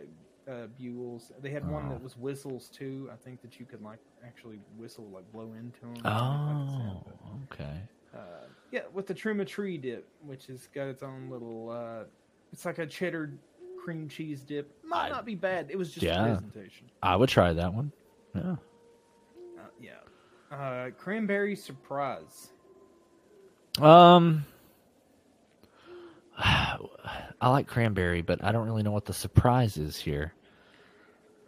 uh, bugles. They had one
Oh.
that was whistles too. I think that you could like actually whistle, like blow into them.
Oh, okay.
uh, yeah, with the trim a tree dip, which has got its own little. Uh, it's like a cheddar cream cheese dip. Might
I-
not be bad. It was just
Yeah.
a presentation.
I would try that one. Yeah.
Uh, yeah, uh, cranberry surprise.
Um, <sighs> I like cranberry, but I don't really know what the surprise is here.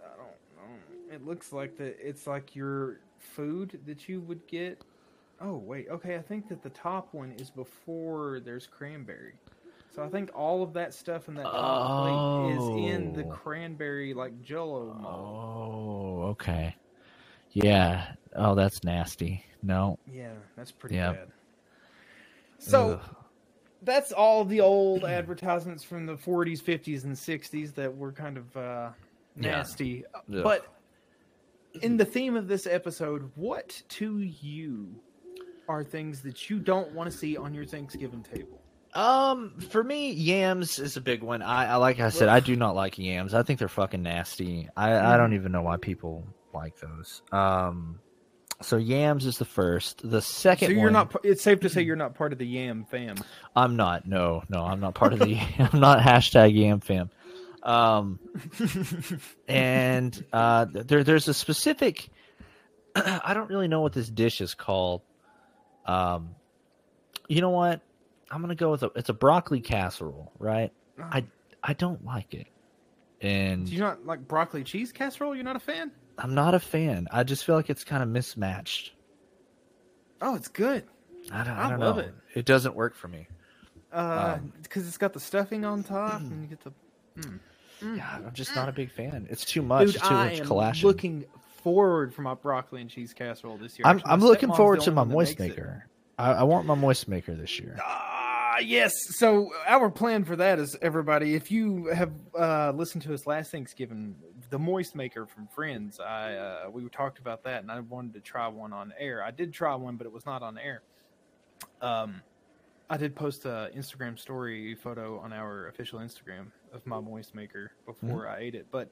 I don't know. It looks like the it's like your food that you would get. Oh wait, okay. I think that the top one is before there's cranberry. So I think all of that stuff in that top plate is in the
Oh.
cranberry like Jello mold.
Oh, okay. Yeah. Oh, that's nasty. No.
Yeah, that's pretty
Yeah.
bad. So
Ugh.
that's all the old advertisements from the 40s, 50s, and 60s that were kind of uh,
Yeah.
nasty.
Ugh.
But in the theme of this episode, what to you are things that you don't want to see on your Thanksgiving table?
Um, for me, yams is a big one. I, I like I said, I do not like yams. I think they're fucking nasty. I, I don't even know why people like those. Um, so yams is the first. The second,
so you're
one-
not. p- It's safe to say you're not part of the Yam fam.
I'm not. No, no, I'm not part of
<laughs>
the. <laughs> I'm not hashtag yam fam. Um, and uh, there, there's a specific. <clears throat> I don't really know what this dish is called. Um, you know what? I'm gonna go with a. It's a broccoli casserole, right? I I don't like it, and
Do you not like broccoli cheese casserole? You're not a fan?
I'm not a fan. I just feel like it's kind of mismatched.
Oh, it's good.
I don't.
I
I, don't
love
know.
it.
It doesn't work for me.
Because
Um,
Uh, it's got the stuffing on top, and you get the
Yeah, I'm just not a big fan. It's too much.
Mm. Dude,
it's too
I
much
am
collashing.
looking forward for my broccoli and cheese casserole this year.
I'm,
Actually,
I'm
my
looking
stepmom's
forward
the
to
only
my
one that
moist
makes it.
maker. I, I want my moist maker this year.
Ah, yes. So our plan for that is everybody. If you have uh, listened to us last Thanksgiving, the moist maker from Friends, I uh, we talked about that, and I wanted to try one on air. I did try one, but it was not on air. Um, I did post a Instagram story photo on our official Instagram of my moist maker before I ate it, but.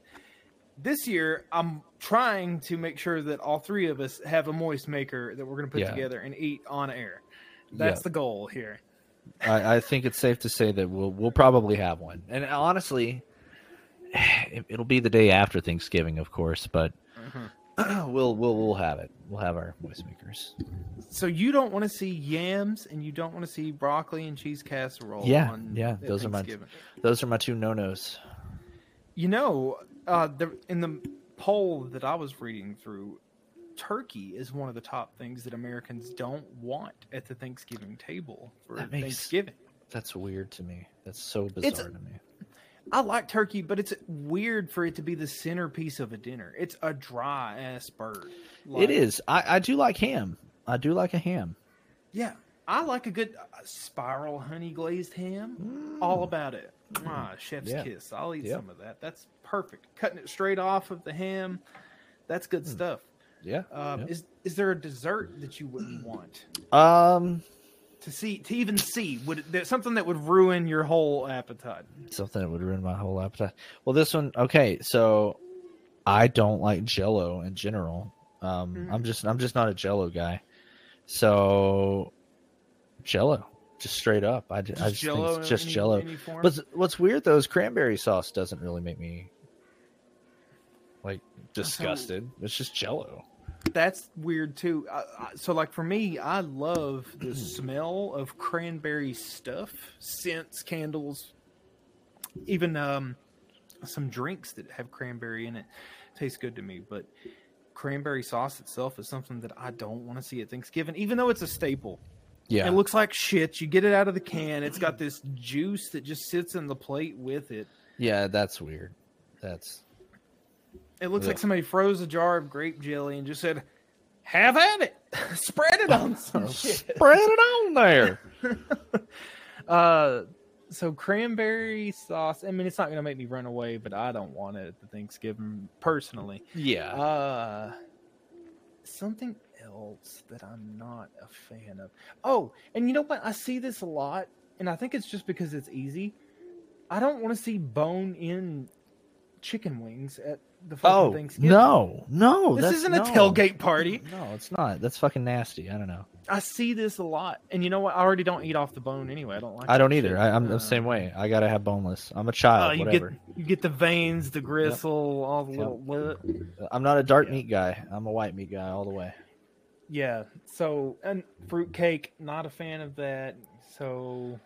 This year, I'm trying to make sure that all three of us have a moist maker that we're going to put
Yeah.
together and eat on air. That's the goal here.
I, I think it's safe to say that we'll we'll probably have one. And honestly, it, it'll be the day after Thanksgiving, of course, but <clears throat>
Mm-hmm.
we'll we'll we'll have it. We'll have our moist makers.
So you don't want to see yams and you don't want to see broccoli and cheese casserole.
Yeah,
on
yeah,
at
those are my-
Thanksgiving.
Those are my two no nos.
You know, uh, the, in the poll that I was reading through, turkey is one of the top things that Americans don't want at the Thanksgiving table for
That makes-
Thanksgiving.
That's weird to me. That's so bizarre
It's-
to me.
I like turkey, but it's weird for it to be the centerpiece of a dinner. It's a dry ass bird. Like,
it is. I, I do like ham. I do like a ham.
Yeah, I like a good uh, spiral honey glazed ham. all about it. Ah, chef's
Yeah.
kiss. I'll eat
Yeah.
some of that. That's perfect. Cutting it straight off of the ham. That's good stuff.
Yeah.
Um,
yeah.
Is is there a dessert that you wouldn't want
Um,
to see to even see? Would it, there's something that would ruin your whole appetite?
something that would ruin my whole appetite. Well, this one, okay, so I don't like Jello in general. Um,
Mm.
I'm just I'm just not a Jello guy. So Jello, just straight up, I, ju- I just think it's just
any-
Jello.
any form?
What's what's weird though is cranberry sauce doesn't really make me like disgusted. It's just Jello.
that's weird too. I, I, so, like for me, I love the smell of cranberry stuff, scents, candles, even um, some drinks that have cranberry in it. Tastes good to me, but cranberry sauce itself is something that I don't want to see at Thanksgiving, even though it's a staple.
Yeah.
It looks like shit. You get it out of the can. It's got this juice that just sits in the plate with it.
yeah, that's weird.
<laughs>
That's
It looks
Ugh.
like somebody froze a jar of grape jelly and just said, "Have at it, <laughs> spread it on some shit."
spread it on
<laughs>
there.
Uh, so cranberry sauce. I mean, it's not gonna make me run away, but I don't want it at the Thanksgiving personally.
Yeah.
Uh, something else that I'm not a fan of. Oh, and you know what? I see this a lot, and I think it's just because it's easy. I don't want to see bone-in chicken wings at the fucking
oh
Thanksgiving.
no, no.
This
that's-
isn't a
no.
tailgate party.
No, it's not. That's fucking nasty. I don't know.
I see this a lot, and you know what? I already don't eat off the bone anyway. I don't like.
I don't
that
either.
shit.
I, I'm
Uh,
the same way. I gotta have boneless. I'm a
uh,
child.
you
whatever.
get you get the veins, the gristle, all the
Yep.
little. bleh.
I'm not a dark
Yeah.
meat guy. I'm a white meat guy all the way.
Yeah. So and fruitcake, not a fan of that. So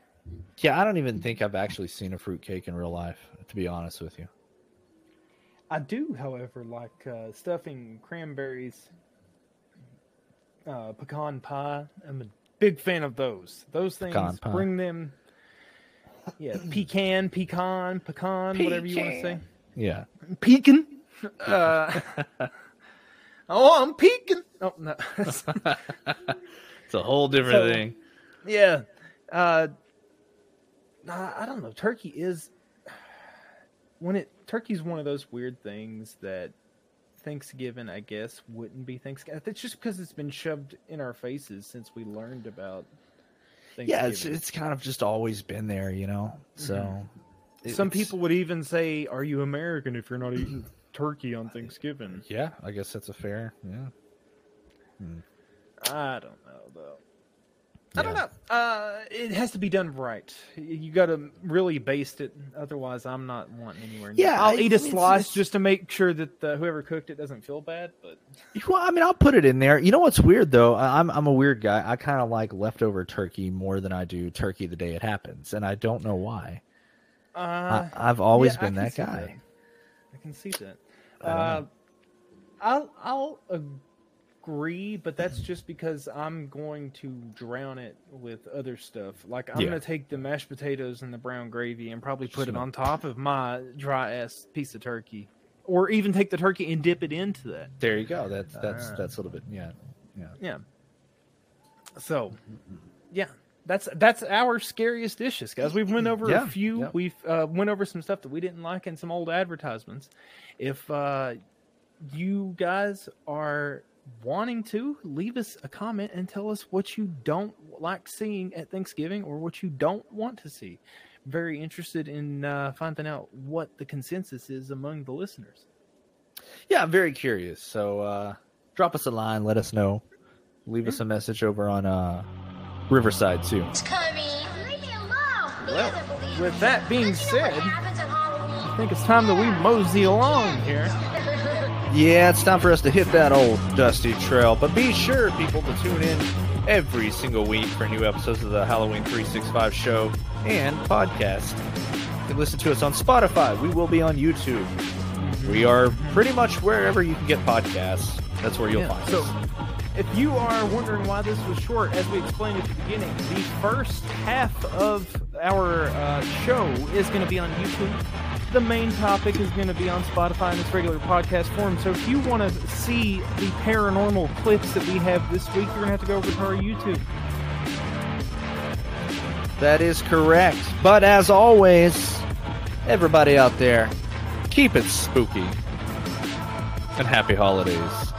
Yeah, I don't even think I've actually seen a fruitcake in real life. To be honest with you.
I do, however, like uh, stuffing cranberries, uh, pecan pie. I'm a big fan of those. Those things
Pecan pie.
bring them.
<clears throat>
Yeah, pecan, pecan, pecan, whatever you want to say.
Yeah.
peeking. Uh, <laughs> oh, I'm peeking. Oh no,
<laughs>
<laughs>
It's a whole different
So- thing. yeah. Uh, nah, I don't know. Turkey is when it turkey's one of those weird things that Thanksgiving, I guess, wouldn't be Thanksgiving. It's just because it's been shoved in our faces since we learned about. Thanksgiving.
Yeah, it's it's kind of just always been there, you know. So it-
some
it's-
people would even say, "Are you American if you're not eating turkey on Thanksgiving?"
Yeah, I guess that's a fair. Yeah.
I don't know though. I don't
Yeah.
know. Uh, it has to be done right. Y- You got to really baste it. Otherwise, I'm not wanting anywhere. Near.
Yeah,
I'll
I-
eat a
it's-
slice
it's-
just to make sure that uh whoever cooked it doesn't feel bad. But
Well, I mean, I'll put it in there. You know what's weird though? I, I'm I'm a weird guy. I kind of like leftover turkey more than I do turkey the day it happens, and I don't know why.
uh,
I, I've always
yeah, I
been
can
that
see
guy.
I can see that.
I don't
Uh, I'll I'll agree, but that's just because I'm going to drown it with other stuff. Like I'm
Yeah.
gonna take the mashed potatoes and the brown gravy and probably put it
gonna-
on top of my dry ass piece of turkey, or even take the turkey and dip it into that.
There you go. That's that's
Ah.
that's a little bit. Yeah. Yeah.
Yeah. So, yeah, that's that's our scariest dishes, guys. We've went over
Yeah,
a few.
yeah.
We've uh, went over some stuff that we didn't like and some old advertisements. If uh, you guys are wanting to leave us a comment and tell us what you don't like seeing at Thanksgiving or what you don't want to see. Very interested in uh, finding out what the consensus is among the listeners.
Yeah, I'm very curious. So uh, drop us a line, let us know. Leave
Mm-hmm.
us a message over on uh, Riverside too.
<laughs> It's coming. Leave me alone. He
Well,
doesn't believe
with
me.
that being
Don't you know what
said,
happens on Halloween?
I think it's time that we mosey along here.
Yeah, it's time for us to hit that old dusty trail. But be sure, people, to tune in every single week for new episodes of the Halloween 365 show and podcast. You can listen to us on Spotify. We will be on YouTube. We are pretty much wherever you can get podcasts. That's where you'll
Yeah,
find us.
So, if you are wondering why this was short, as we explained at the beginning, the first half of our uh, show is going to be on YouTube. The main topic is going to be on Spotify in its regular podcast form. So, if you want to see the paranormal clips that we have this week, you're going to have to go over to our YouTube.
That is correct. But as always, everybody out there, keep it spooky. And happy holidays.